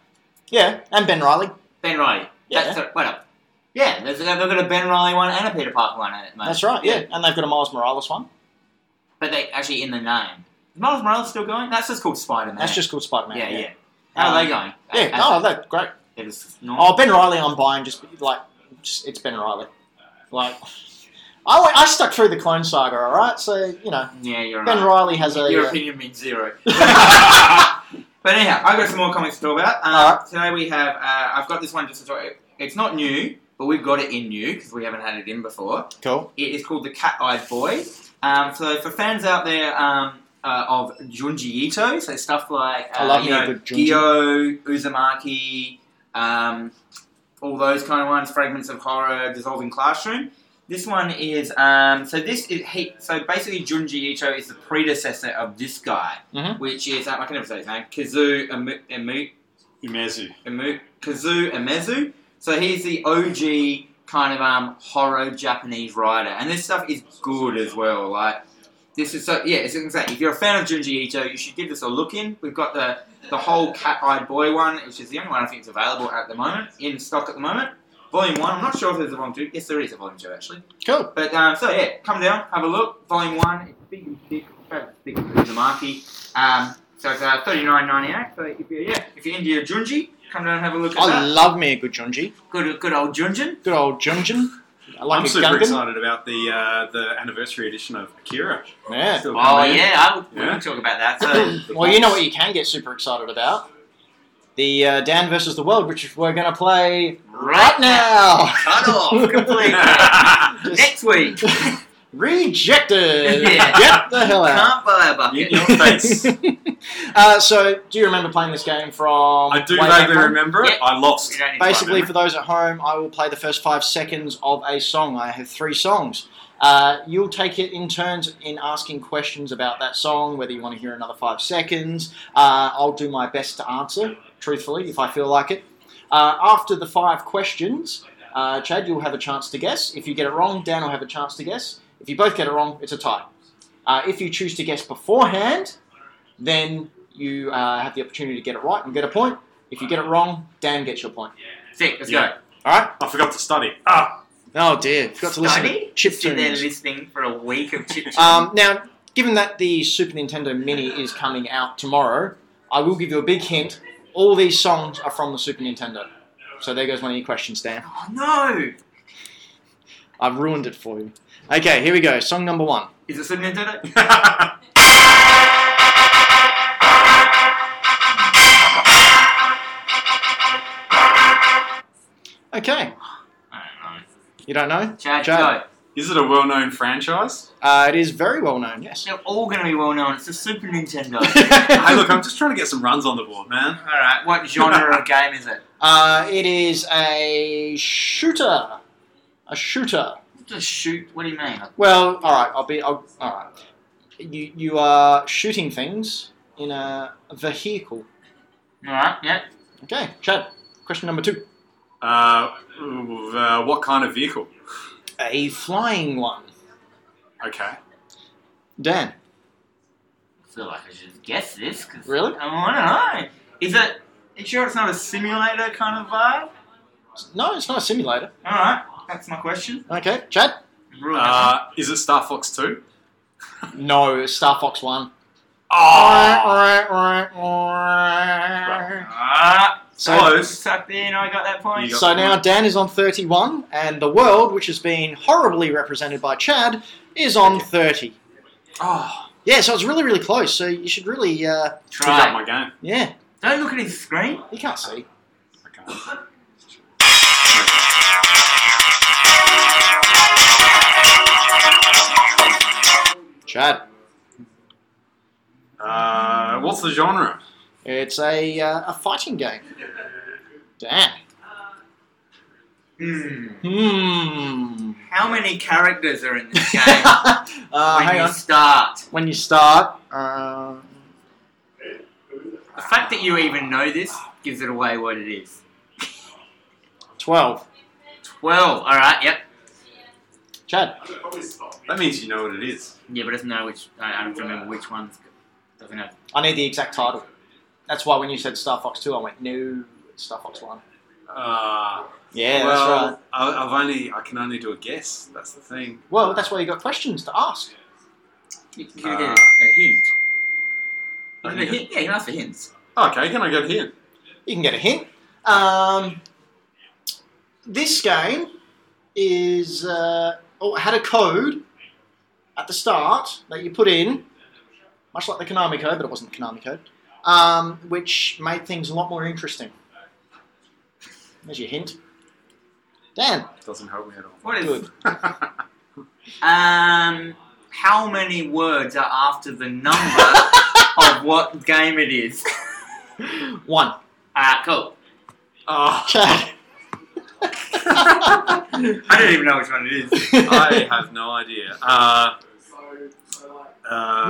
Speaker 1: Yeah, and Ben Riley.
Speaker 2: Ben Riley.
Speaker 1: Yeah.
Speaker 2: That's a, wait up. Yeah, there's, they've got a Ben Riley one and a Peter Parker one at the moment.
Speaker 1: That's right. Yeah, and they've got a Miles Morales one.
Speaker 2: But they actually in the name. Is Miles Morales still going? That's just called Spider Man.
Speaker 1: That's just called Spider Man.
Speaker 2: Yeah, yeah. How are they going?
Speaker 1: Yeah.
Speaker 2: As-
Speaker 1: Oh, that's great.
Speaker 2: It is normal.
Speaker 1: Oh, Ben Riley, I'm buying. Just like, just, it's Ben Riley. Like, I went, I stuck through the Clone Saga. All right, so you know,
Speaker 2: yeah, you're
Speaker 1: Oh. Ben
Speaker 2: right.
Speaker 1: Riley has a.
Speaker 2: Your
Speaker 1: uh,
Speaker 2: opinion means zero. But anyhow, I've got some more comics to talk about. Uh,
Speaker 1: Alright.
Speaker 2: Today we have, uh, I've got this one just to talk It's not new, but we've got it in new because we haven't had it in before.
Speaker 1: cool.
Speaker 2: It is called The Cat Eyed Boy. Um, so for fans out there um, uh, of Junji Ito, so stuff like
Speaker 1: I
Speaker 2: uh,
Speaker 1: love
Speaker 2: you
Speaker 1: me a
Speaker 2: know,
Speaker 1: good Junji.
Speaker 2: Gyo, Uzumaki, um, all those kind of ones, Fragments of Horror, Dissolving Classroom. This one is um, so this is he so basically Junji Ito is the predecessor of this guy,
Speaker 1: Mhm.
Speaker 2: which is um, I can never say his name, Kazu Emu, Emu,
Speaker 3: Umezu.
Speaker 2: Emu- Kazu Emezu. So he's the OG kind of um, horror Japanese writer, and this stuff is good as well. Like This is so yeah, it's insane. If you're a fan of Junji Ito, you should give this a look in. We've got the the whole Cat Eyed Boy one, which is the only one I think is available at the moment in stock at the moment. Volume one. I'm not sure if there's a volume two. Yes, there is a volume two actually.
Speaker 1: Cool.
Speaker 2: But um, so yeah, come down, have a look. Volume one. It's big and thick. It's about as thick as Uzumaki. Um, so it's uh, 39.98. So if you're yeah, if you're into your Junji, come down and have a look at
Speaker 1: I
Speaker 2: that.
Speaker 1: love me a good Junji.
Speaker 2: good good old Junjin.
Speaker 1: Good old Junjin. I like
Speaker 3: I'm
Speaker 1: a
Speaker 3: super
Speaker 1: Gungan.
Speaker 3: excited about the uh, the anniversary edition of Akira.
Speaker 1: Yeah.
Speaker 3: Still
Speaker 2: Oh
Speaker 3: coming in.
Speaker 2: yeah, I would, we
Speaker 3: Yeah.
Speaker 2: would talk about that. So
Speaker 1: Well, you know what you can get super excited about? The uh, Dan versus the World, which we're going to play right now.
Speaker 2: Cut off completely. Next week,
Speaker 1: Rejected.
Speaker 2: Yeah.
Speaker 1: Get the hell out.
Speaker 2: can't buy a
Speaker 3: In
Speaker 2: bucket.
Speaker 3: your face.
Speaker 1: uh, so, do you remember playing this game from?
Speaker 3: I do
Speaker 1: way back
Speaker 3: vaguely
Speaker 1: when?
Speaker 3: remember it.
Speaker 2: Yeah.
Speaker 3: I
Speaker 2: We
Speaker 3: lost.
Speaker 2: don't need to buy
Speaker 1: Basically,
Speaker 2: them.
Speaker 1: for those at home, I will play the first five seconds of a song. I have three songs. Uh, you'll take it in turns in asking questions about that song, whether you want to hear another five seconds. Uh, I'll do my best to answer, truthfully, if I feel like it. Uh, after the five questions, uh, Chad, you'll have a chance to guess. If you get it wrong, Dan will have a chance to guess. If you both get it wrong, it's a tie. Uh, if you choose to guess beforehand, then you uh, have the opportunity to get it right and get a point. If you get it wrong, Dan gets your point.
Speaker 2: sick. Let's
Speaker 3: Yeah.
Speaker 2: go.
Speaker 1: All right.
Speaker 3: I forgot to study. Ah,
Speaker 1: Oh dear. Got to listen
Speaker 2: Study?
Speaker 1: to chip
Speaker 2: Sit there
Speaker 1: tunes.
Speaker 2: listening for a week of chip tunes.
Speaker 1: Um, now, given that the Super Nintendo Mini is coming out tomorrow, I will give you a big hint. All these songs are from the Super Nintendo. So there goes one of your questions, Dan.
Speaker 2: oh no!
Speaker 1: I've ruined it for you. Okay, here we go. Song number one.
Speaker 2: Is it Super Nintendo?
Speaker 1: Okay.
Speaker 2: I don't
Speaker 1: You don't know?
Speaker 2: know. Chad,
Speaker 1: Chad.
Speaker 3: is it a well-known franchise?
Speaker 1: Uh, it is very well known, yes.
Speaker 2: go. They're all going to be well known. It's the Super Nintendo.
Speaker 3: hey, look, I'm just trying to get some runs on the board, man.
Speaker 2: all right. What genre of game is it?
Speaker 1: uh, it is a shooter. A shooter.
Speaker 2: Just shoot. What do you mean?
Speaker 1: Well, all right. I'll be. I'll, all right. You you are shooting things in a vehicle.
Speaker 2: All right. Yeah.
Speaker 1: Okay, Chad. Question number two.
Speaker 3: Uh, uh, what kind of vehicle?
Speaker 1: A flying one.
Speaker 3: Okay.
Speaker 1: Dan.
Speaker 2: I feel like I should just guess this. 'cause
Speaker 1: Really?
Speaker 2: I want to know. Is it? You sure it's not a simulator kind of vibe?
Speaker 1: No, it's not a simulator.
Speaker 2: All right. That's my question.
Speaker 1: Okay, Chad.
Speaker 2: Ruined that one.
Speaker 3: Uh, is it Star Fox Two?
Speaker 1: No, it's Star Fox One.
Speaker 3: Oh,
Speaker 2: Ah,
Speaker 1: So,
Speaker 3: Close.
Speaker 2: sucked in. I got that point.
Speaker 3: You
Speaker 1: so now Dan is on 31, and the world, which has been horribly represented by Chad, is on 30.
Speaker 3: oh,
Speaker 1: Yeah, so it's really, really close. So you should really, uh,
Speaker 3: took up
Speaker 2: Try.
Speaker 3: my game.
Speaker 1: yeah,
Speaker 2: Don't look at his screen.
Speaker 1: you can't see.
Speaker 3: Okay.
Speaker 1: Chad.
Speaker 3: Uh, what's the genre?
Speaker 1: It's a, uh, a fighting game. Damn.
Speaker 2: Hmm.
Speaker 1: Hmm.
Speaker 2: How many characters are in this game?
Speaker 1: uh,
Speaker 2: when
Speaker 1: hang
Speaker 2: you
Speaker 1: on.
Speaker 2: start,
Speaker 1: When you start, uh,
Speaker 2: the fact that you even know this gives it away what it is.
Speaker 1: 12.
Speaker 2: Twelve. All right. Yep.
Speaker 1: Chad.
Speaker 3: That means you know what it is.
Speaker 2: Yeah, but I don't know which. I I don't remember which ones. Doesn't have.
Speaker 1: I need the exact title. That's why when you said Star Fox 2, I went, no, it's Star Fox 1.
Speaker 3: Uh,
Speaker 1: Yeah,
Speaker 3: well,
Speaker 1: that's right.
Speaker 3: I, I've only I can only do a guess. That's the thing.
Speaker 1: Well, that's why you got questions to ask.
Speaker 2: You can get
Speaker 3: Ah.
Speaker 2: a, a hint. You
Speaker 3: I
Speaker 2: can
Speaker 3: can
Speaker 2: get a hint. Yeah, you can ask for hints.
Speaker 3: Okay, can I get here?
Speaker 1: You can get a hint. Um, this game is uh, oh, it had a code at the start that you put in, much like the Konami code, but it wasn't the Konami code, um, which made things a lot more interesting. There's your hint. Dan,
Speaker 3: Doesn't help me at all.
Speaker 2: What is?
Speaker 1: good.
Speaker 2: Um, how many words are after the number of what game it is?
Speaker 1: One.
Speaker 2: Ah, cool.
Speaker 3: Oh,
Speaker 1: Chad.
Speaker 2: I don't even know which one it is.
Speaker 3: I have no idea. Uh,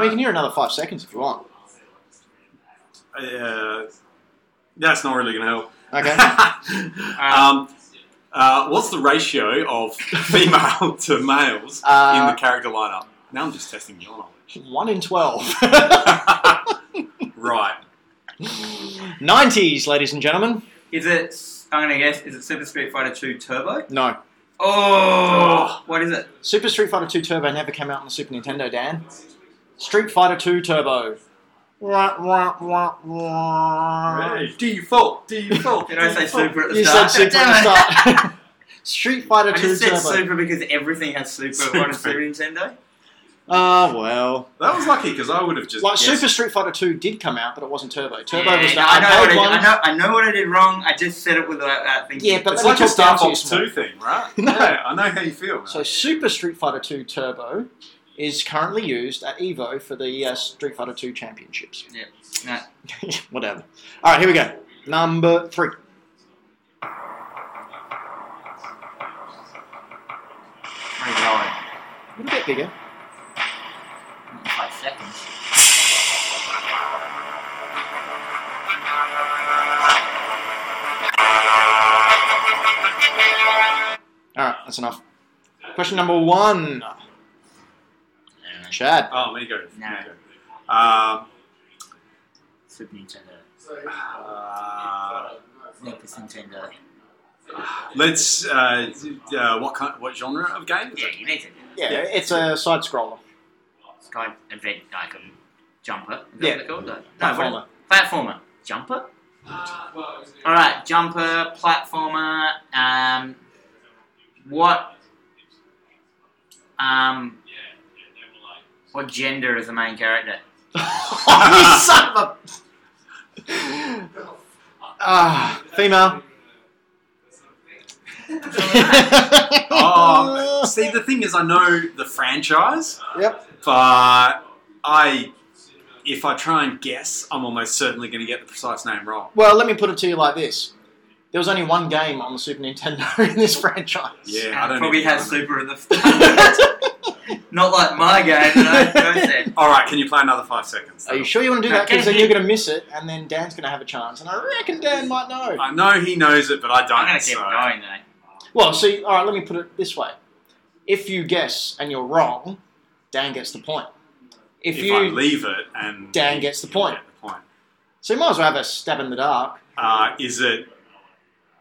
Speaker 1: we can
Speaker 3: uh,
Speaker 1: hear another five seconds if you want.
Speaker 3: uh, that's not really going to help.
Speaker 1: Okay.
Speaker 3: um, uh, what's the ratio of female to males in
Speaker 1: Uh,
Speaker 3: the character lineup? Now I'm just testing your knowledge.
Speaker 1: One in twelve.
Speaker 3: Right.
Speaker 1: Nineties, ladies and gentlemen.
Speaker 2: Is it? I'm gonna guess. Is it Super Street Fighter 2 Turbo?
Speaker 1: No.
Speaker 2: Oh, what is it?
Speaker 1: Super Street Fighter 2 Turbo never came out on the Super Nintendo, Dan. Street Fighter 2 Turbo. Wah, wah, wah, wah.
Speaker 3: Hey.
Speaker 2: Default, default. Did I say super at the
Speaker 1: You said
Speaker 2: start?
Speaker 1: Super
Speaker 2: Damn
Speaker 1: at
Speaker 2: it.
Speaker 1: the start. Street Fighter
Speaker 2: I
Speaker 1: 2
Speaker 2: just said
Speaker 1: Turbo.
Speaker 2: super because everything has super, on a Super
Speaker 3: Super.
Speaker 2: Nintendo.
Speaker 1: Ah, well.
Speaker 3: That was lucky because I would have just.
Speaker 1: Like,
Speaker 3: guessed.
Speaker 1: Super Street Fighter 2 did come out, but it wasn't Turbo. Turbo
Speaker 2: Yeah,
Speaker 1: was the
Speaker 2: no, I know, what I,
Speaker 1: arcade
Speaker 2: did.
Speaker 1: one.
Speaker 2: I, know, I know what I did wrong. I just said it without that thinking.
Speaker 1: Yeah, but
Speaker 3: It's
Speaker 1: let
Speaker 3: like
Speaker 1: me
Speaker 3: a
Speaker 1: talk down to you
Speaker 3: Star Fox
Speaker 1: some more.
Speaker 3: 2 thing, right?
Speaker 1: No.
Speaker 3: Yeah, I know how you feel, man.
Speaker 1: So Super Street Fighter 2 Turbo is currently used at EVO for the uh, Street Fighter 2 Championships.
Speaker 2: Yeah, no.
Speaker 1: Whatever. All right, here we go. Number three.
Speaker 2: Where are you going?
Speaker 1: A little bit bigger.
Speaker 2: Five seconds.
Speaker 1: All right, that's enough. Question number one. Chad.
Speaker 3: oh, let me go. Let me
Speaker 2: No.
Speaker 3: go. Um,
Speaker 2: Super Nintendo.
Speaker 3: uh,
Speaker 2: Super Nintendo.
Speaker 3: let's. Uh, uh, what kind? What genre of game? Is
Speaker 2: Yeah,
Speaker 3: it?
Speaker 2: you need to.
Speaker 1: Yeah, it's a side scroller.
Speaker 2: It's kind of event like a jumper. Is that
Speaker 1: Yeah.
Speaker 2: what they're called? No,
Speaker 1: Platformer.
Speaker 2: what is- platformer. Jumper? Alright, jumper, platformer, um, what, um, what gender is the main character?
Speaker 1: Oh, you son of a. Ah, female.
Speaker 3: Oh, see, the thing is, I know the franchise,
Speaker 1: yep.
Speaker 3: but I, if I try and guess, I'm almost certainly going to get the precise name wrong.
Speaker 1: Well, let me put it to you like this: there was only one game on the Super Nintendo in this franchise.
Speaker 3: Yeah, I don't
Speaker 2: Probably
Speaker 3: even
Speaker 2: has
Speaker 3: know.
Speaker 2: super in the. Not like my game, that I first said.
Speaker 3: All right, can you play another five seconds?
Speaker 1: Are you sure you want to do that?
Speaker 2: Okay.
Speaker 1: Because then you're going to miss it, and then Dan's going to have a chance, and I reckon Dan might know.
Speaker 3: I know he knows it, but I don't.
Speaker 2: I'm gonna keep
Speaker 3: so-
Speaker 2: going though.
Speaker 1: Well, see, all right. Let me put it this way: if you guess and you're wrong, Dan gets the point. If,
Speaker 3: If,
Speaker 1: you
Speaker 3: I leave it and
Speaker 1: Dan gets the
Speaker 3: you
Speaker 1: point.
Speaker 3: get the point.
Speaker 1: so, you might as well have a stab in the dark.
Speaker 3: Uh, is it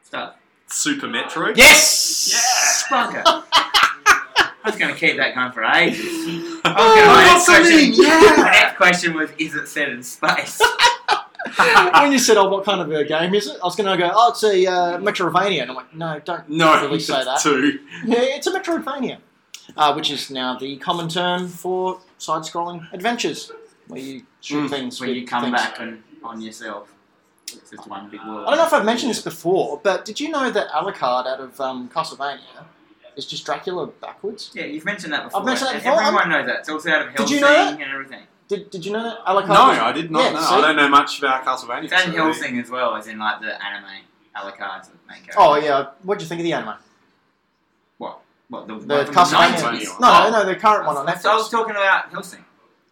Speaker 2: Stop.
Speaker 3: Super Metroid?
Speaker 1: Yes.
Speaker 3: Yes!
Speaker 2: Bunker. I was gonna keep that going for ages.
Speaker 3: Oh,
Speaker 2: Okay, my next
Speaker 3: that's what I
Speaker 2: question-
Speaker 3: mean, yeah!
Speaker 2: My next question was, is it set in space?
Speaker 1: when you said, "Oh, what kind of a game is it?" I was going to go, "Oh, it's a uh, Metroidvania," and I'm like, "No, don't
Speaker 3: No,
Speaker 1: really say that."
Speaker 3: two.
Speaker 1: Yeah, it's a Metroidvania, uh, which is now the common term for side-scrolling adventures, where you shoot
Speaker 3: Mm.
Speaker 1: things.
Speaker 2: when
Speaker 1: with
Speaker 2: you come
Speaker 1: things.
Speaker 2: back on, on yourself. It's just one big world.
Speaker 1: I don't know if I've mentioned this before, but did you know that Alucard out of um, Castlevania is just Dracula backwards?
Speaker 2: Yeah, you've mentioned that before.
Speaker 1: I've mentioned that
Speaker 2: and
Speaker 1: before.
Speaker 2: Everyone knows that. It's also out of Hellsing
Speaker 1: Did you know
Speaker 2: and everything.
Speaker 1: Did, did you know that
Speaker 3: No,
Speaker 1: Alucard? was-
Speaker 3: I did not
Speaker 1: Yeah,
Speaker 3: know.
Speaker 1: see?
Speaker 3: I don't know much about Castlevania.
Speaker 2: It's out in
Speaker 3: so-
Speaker 2: Hellsing as well, as in like the anime Alucard's the main character.
Speaker 1: Oh yeah, what do you think of the anime?
Speaker 2: What, the,
Speaker 1: The
Speaker 2: one from
Speaker 1: Castlevania.
Speaker 2: 90s?
Speaker 3: one.
Speaker 1: No, no,
Speaker 2: Oh,
Speaker 1: no, the current one on
Speaker 2: So I was
Speaker 1: Netflix.
Speaker 2: talking about Hellsing.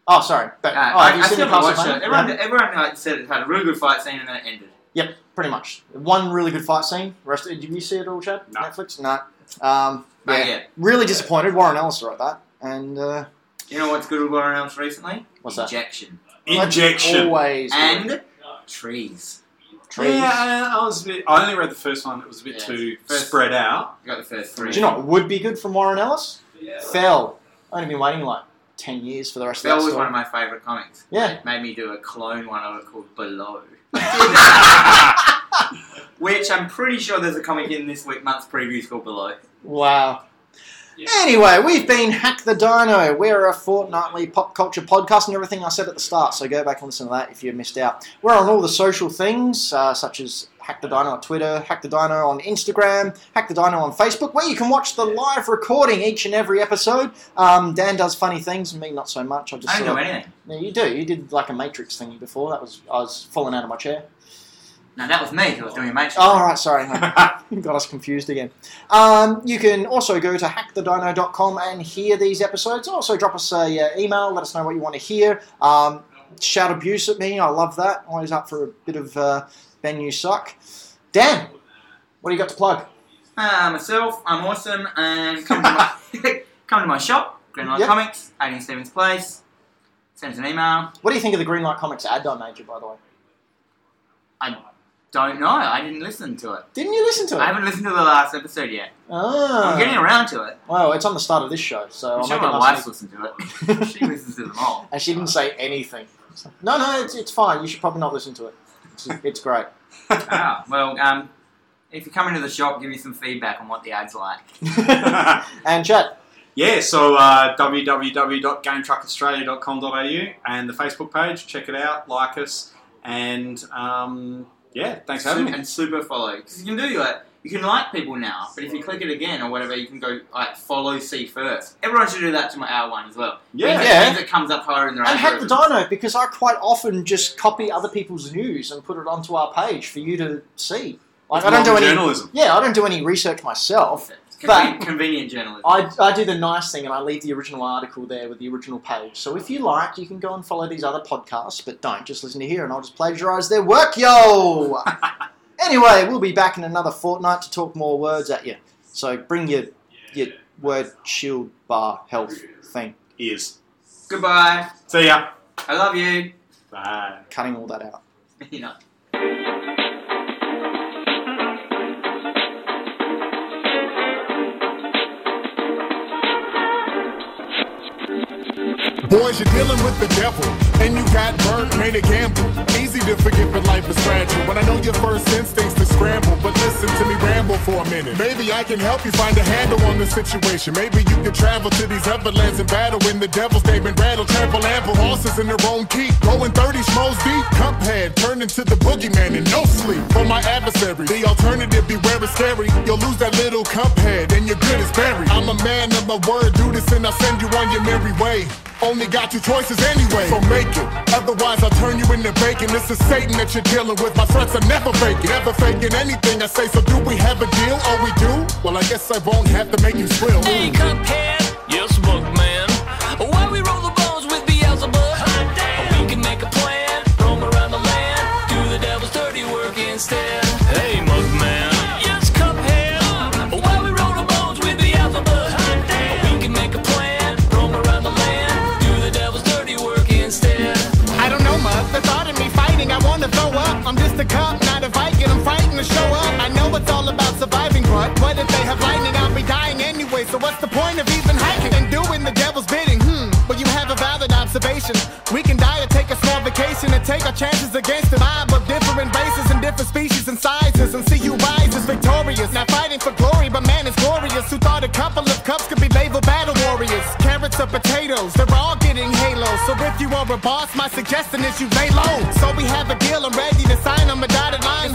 Speaker 1: Oh, sorry, but
Speaker 2: Uh,
Speaker 1: oh,
Speaker 2: I,
Speaker 1: have you
Speaker 2: I
Speaker 1: seen the
Speaker 2: still haven't watched
Speaker 1: Castlevania?
Speaker 2: it. Everyone,
Speaker 1: No?
Speaker 2: everyone like, said it had a really good fight scene and then it ended.
Speaker 1: Yep, pretty much. One really good fight scene. Rest, did you see it all, Chad?
Speaker 3: No.
Speaker 1: Netflix? No. Um,
Speaker 2: But yeah.
Speaker 1: yeah. Really disappointed. Warren Ellis wrote that, and uh,
Speaker 2: You know what's good with Warren Elms recently?
Speaker 1: what's that?
Speaker 2: Injection.
Speaker 3: Injection.
Speaker 1: Always.
Speaker 2: And trees.
Speaker 1: trees.
Speaker 3: Yeah, I, I was. A bit, I only read the first one. It was a bit
Speaker 2: Yeah.
Speaker 3: too
Speaker 2: First-
Speaker 3: spread out.
Speaker 2: I got the first
Speaker 1: Do
Speaker 2: three.
Speaker 1: you know what would be good from Warren Ellis? Fell. I've only been waiting like ten years for the rest
Speaker 2: That
Speaker 1: of that
Speaker 2: was
Speaker 1: story.
Speaker 2: one of my favourite comics.
Speaker 1: yeah.
Speaker 2: made me do a clone one of it called Below. Which I'm pretty sure there's a comic in this week month's previews called Below.
Speaker 1: Wow. Anyway, we've been Hack the Dino. We're a fortnightly pop culture podcast and everything I said at the start, so go back and listen to that if you missed out. We're on all the social things, uh, such as Hack the Dino on Twitter, Hack the Dino on Instagram, Hack the Dino on Facebook, where you can watch the live recording each and every episode. Um, Dan does funny things, me not so much. I just
Speaker 2: I don't
Speaker 1: sort
Speaker 2: know
Speaker 1: of-
Speaker 2: anything.
Speaker 1: No, you do. You did like a Matrix thingy before. That was I was falling out of my chair.
Speaker 2: No, that was me who was doing a Matrix.
Speaker 1: Oh, right, sorry. Got us confused again. Um, you can also go to hackthedino.com and hear these episodes. Also, drop us a uh, email. Let us know what you want to hear. Um, shout abuse at me. I love that. Always up for a bit of uh, Ben, you suck. Dan, what do you got to plug?
Speaker 2: Uh, myself, I'm awesome, and come to my, come to my shop, Greenlight
Speaker 1: Yep.
Speaker 2: Comics, 18 Stevens Place. Send us an email.
Speaker 1: What do you think of the Greenlight Comics ad I made you, by the way?
Speaker 2: I don't know. I didn't listen to it.
Speaker 1: Didn't you listen to it?
Speaker 2: I haven't listened to the last episode yet.
Speaker 1: Ah.
Speaker 2: I'm getting around to it.
Speaker 1: Well, it's on the start of this show, so
Speaker 2: I'm
Speaker 1: I'll
Speaker 2: sure
Speaker 1: make it
Speaker 2: my
Speaker 1: nice
Speaker 2: wife
Speaker 1: and
Speaker 2: listened to it. she listens to them all.
Speaker 1: easy. And she didn't say anything. No, no, it's, it's fine. You should probably not listen to it. It's, it's great.
Speaker 2: Ah, well, um, if you come into the shop, give me some feedback on what the ad's like.
Speaker 1: And chat.
Speaker 3: yeah, so uh, www.gametruckaustralia.com.au and the Facebook page. Check it out, like us, and um, yeah, thanks for having me.
Speaker 2: And super follow. Because you can do like, you can like people now, but if you click it again or whatever, you can go like follow C first. Everyone should do that to my hour one as well.
Speaker 3: Yeah.
Speaker 2: Means it-
Speaker 1: Yeah.
Speaker 2: means it comes up higher in the
Speaker 1: And hack the
Speaker 2: algorithm.
Speaker 1: dino because I quite often just copy other people's news and put it onto our page for you to see. Like, I don't do
Speaker 3: Modern
Speaker 1: any.
Speaker 3: journalism.
Speaker 1: Yeah, I don't do any research myself.
Speaker 2: It's
Speaker 1: But-
Speaker 2: conven- convenient journalism.
Speaker 1: I, I do the nice thing and I leave the original article there with the original page. So if you like, you can go and follow these other podcasts, but don't just listen to here and I'll just plagiarize their work, yo! anyway, we'll be back in another fortnight to talk more words at you. So bring your, your word shield bar health thing,
Speaker 3: Ears.
Speaker 2: Goodbye.
Speaker 3: See ya.
Speaker 2: I love you.
Speaker 3: Bye.
Speaker 1: cutting all that out.
Speaker 2: you know.
Speaker 6: Boys, you're dealing with the devil, and you got burnt, made a gamble. Easy to forget, but life is fragile. When I know your first instincts to scramble, but listen to me ramble for a minute. Maybe I can help you find a handle on the situation. Maybe you can travel to these other lands and battle in the devil's they've been rattled, trample ample horses in their own keep. Going 30 schmoes deep, cuphead, turned into the boogeyman in no sleep. For my adversary, the alternative beware is scary. You'll lose that little cuphead, and your good is buried. I'm a man of my word, do this and I'll send you on your merry way. Only got two choices anyway, so make it. Otherwise, I'll turn you into bacon. This is Satan that you're dealing with. My threats are never faking, never faking anything I say. So do we have a deal? Oh, we do? Well, I guess I won't have to make you swill.
Speaker 7: Hey, Cuphead. Yes, Bookman. Why we roll the bones with Beelzebub? We can make a plan, roam around the land, do the devil's dirty work instead. Hey, Mugman. Yes, Cuphead. Why we roll the bones with Beelzebub? We can make a plan, roam around the land, do the devil's dirty work instead.
Speaker 8: I don't know much. The thought of me fighting, I wanna throw up. I'm just a cop, not a Viking. I'm frightened to show up. I know it's all about surviving, but what if they have lightning? I'll be dying anyway. So what's the point of even hiking and doing the devil's bidding? Hmm. Well, you have a valid observation. We can die or take a small vacation and take our chances against the mob of different races and different species and sizes, and see you rise as victorious. Not fighting for glory, but man is glorious. Who thought a couple of cups could be labeled battle warriors? Carrots or potatoes, they're all getting halos. So if you are a boss, my suggestion is you lay low. So we have a deal, I'm ready to sign on my dotted line.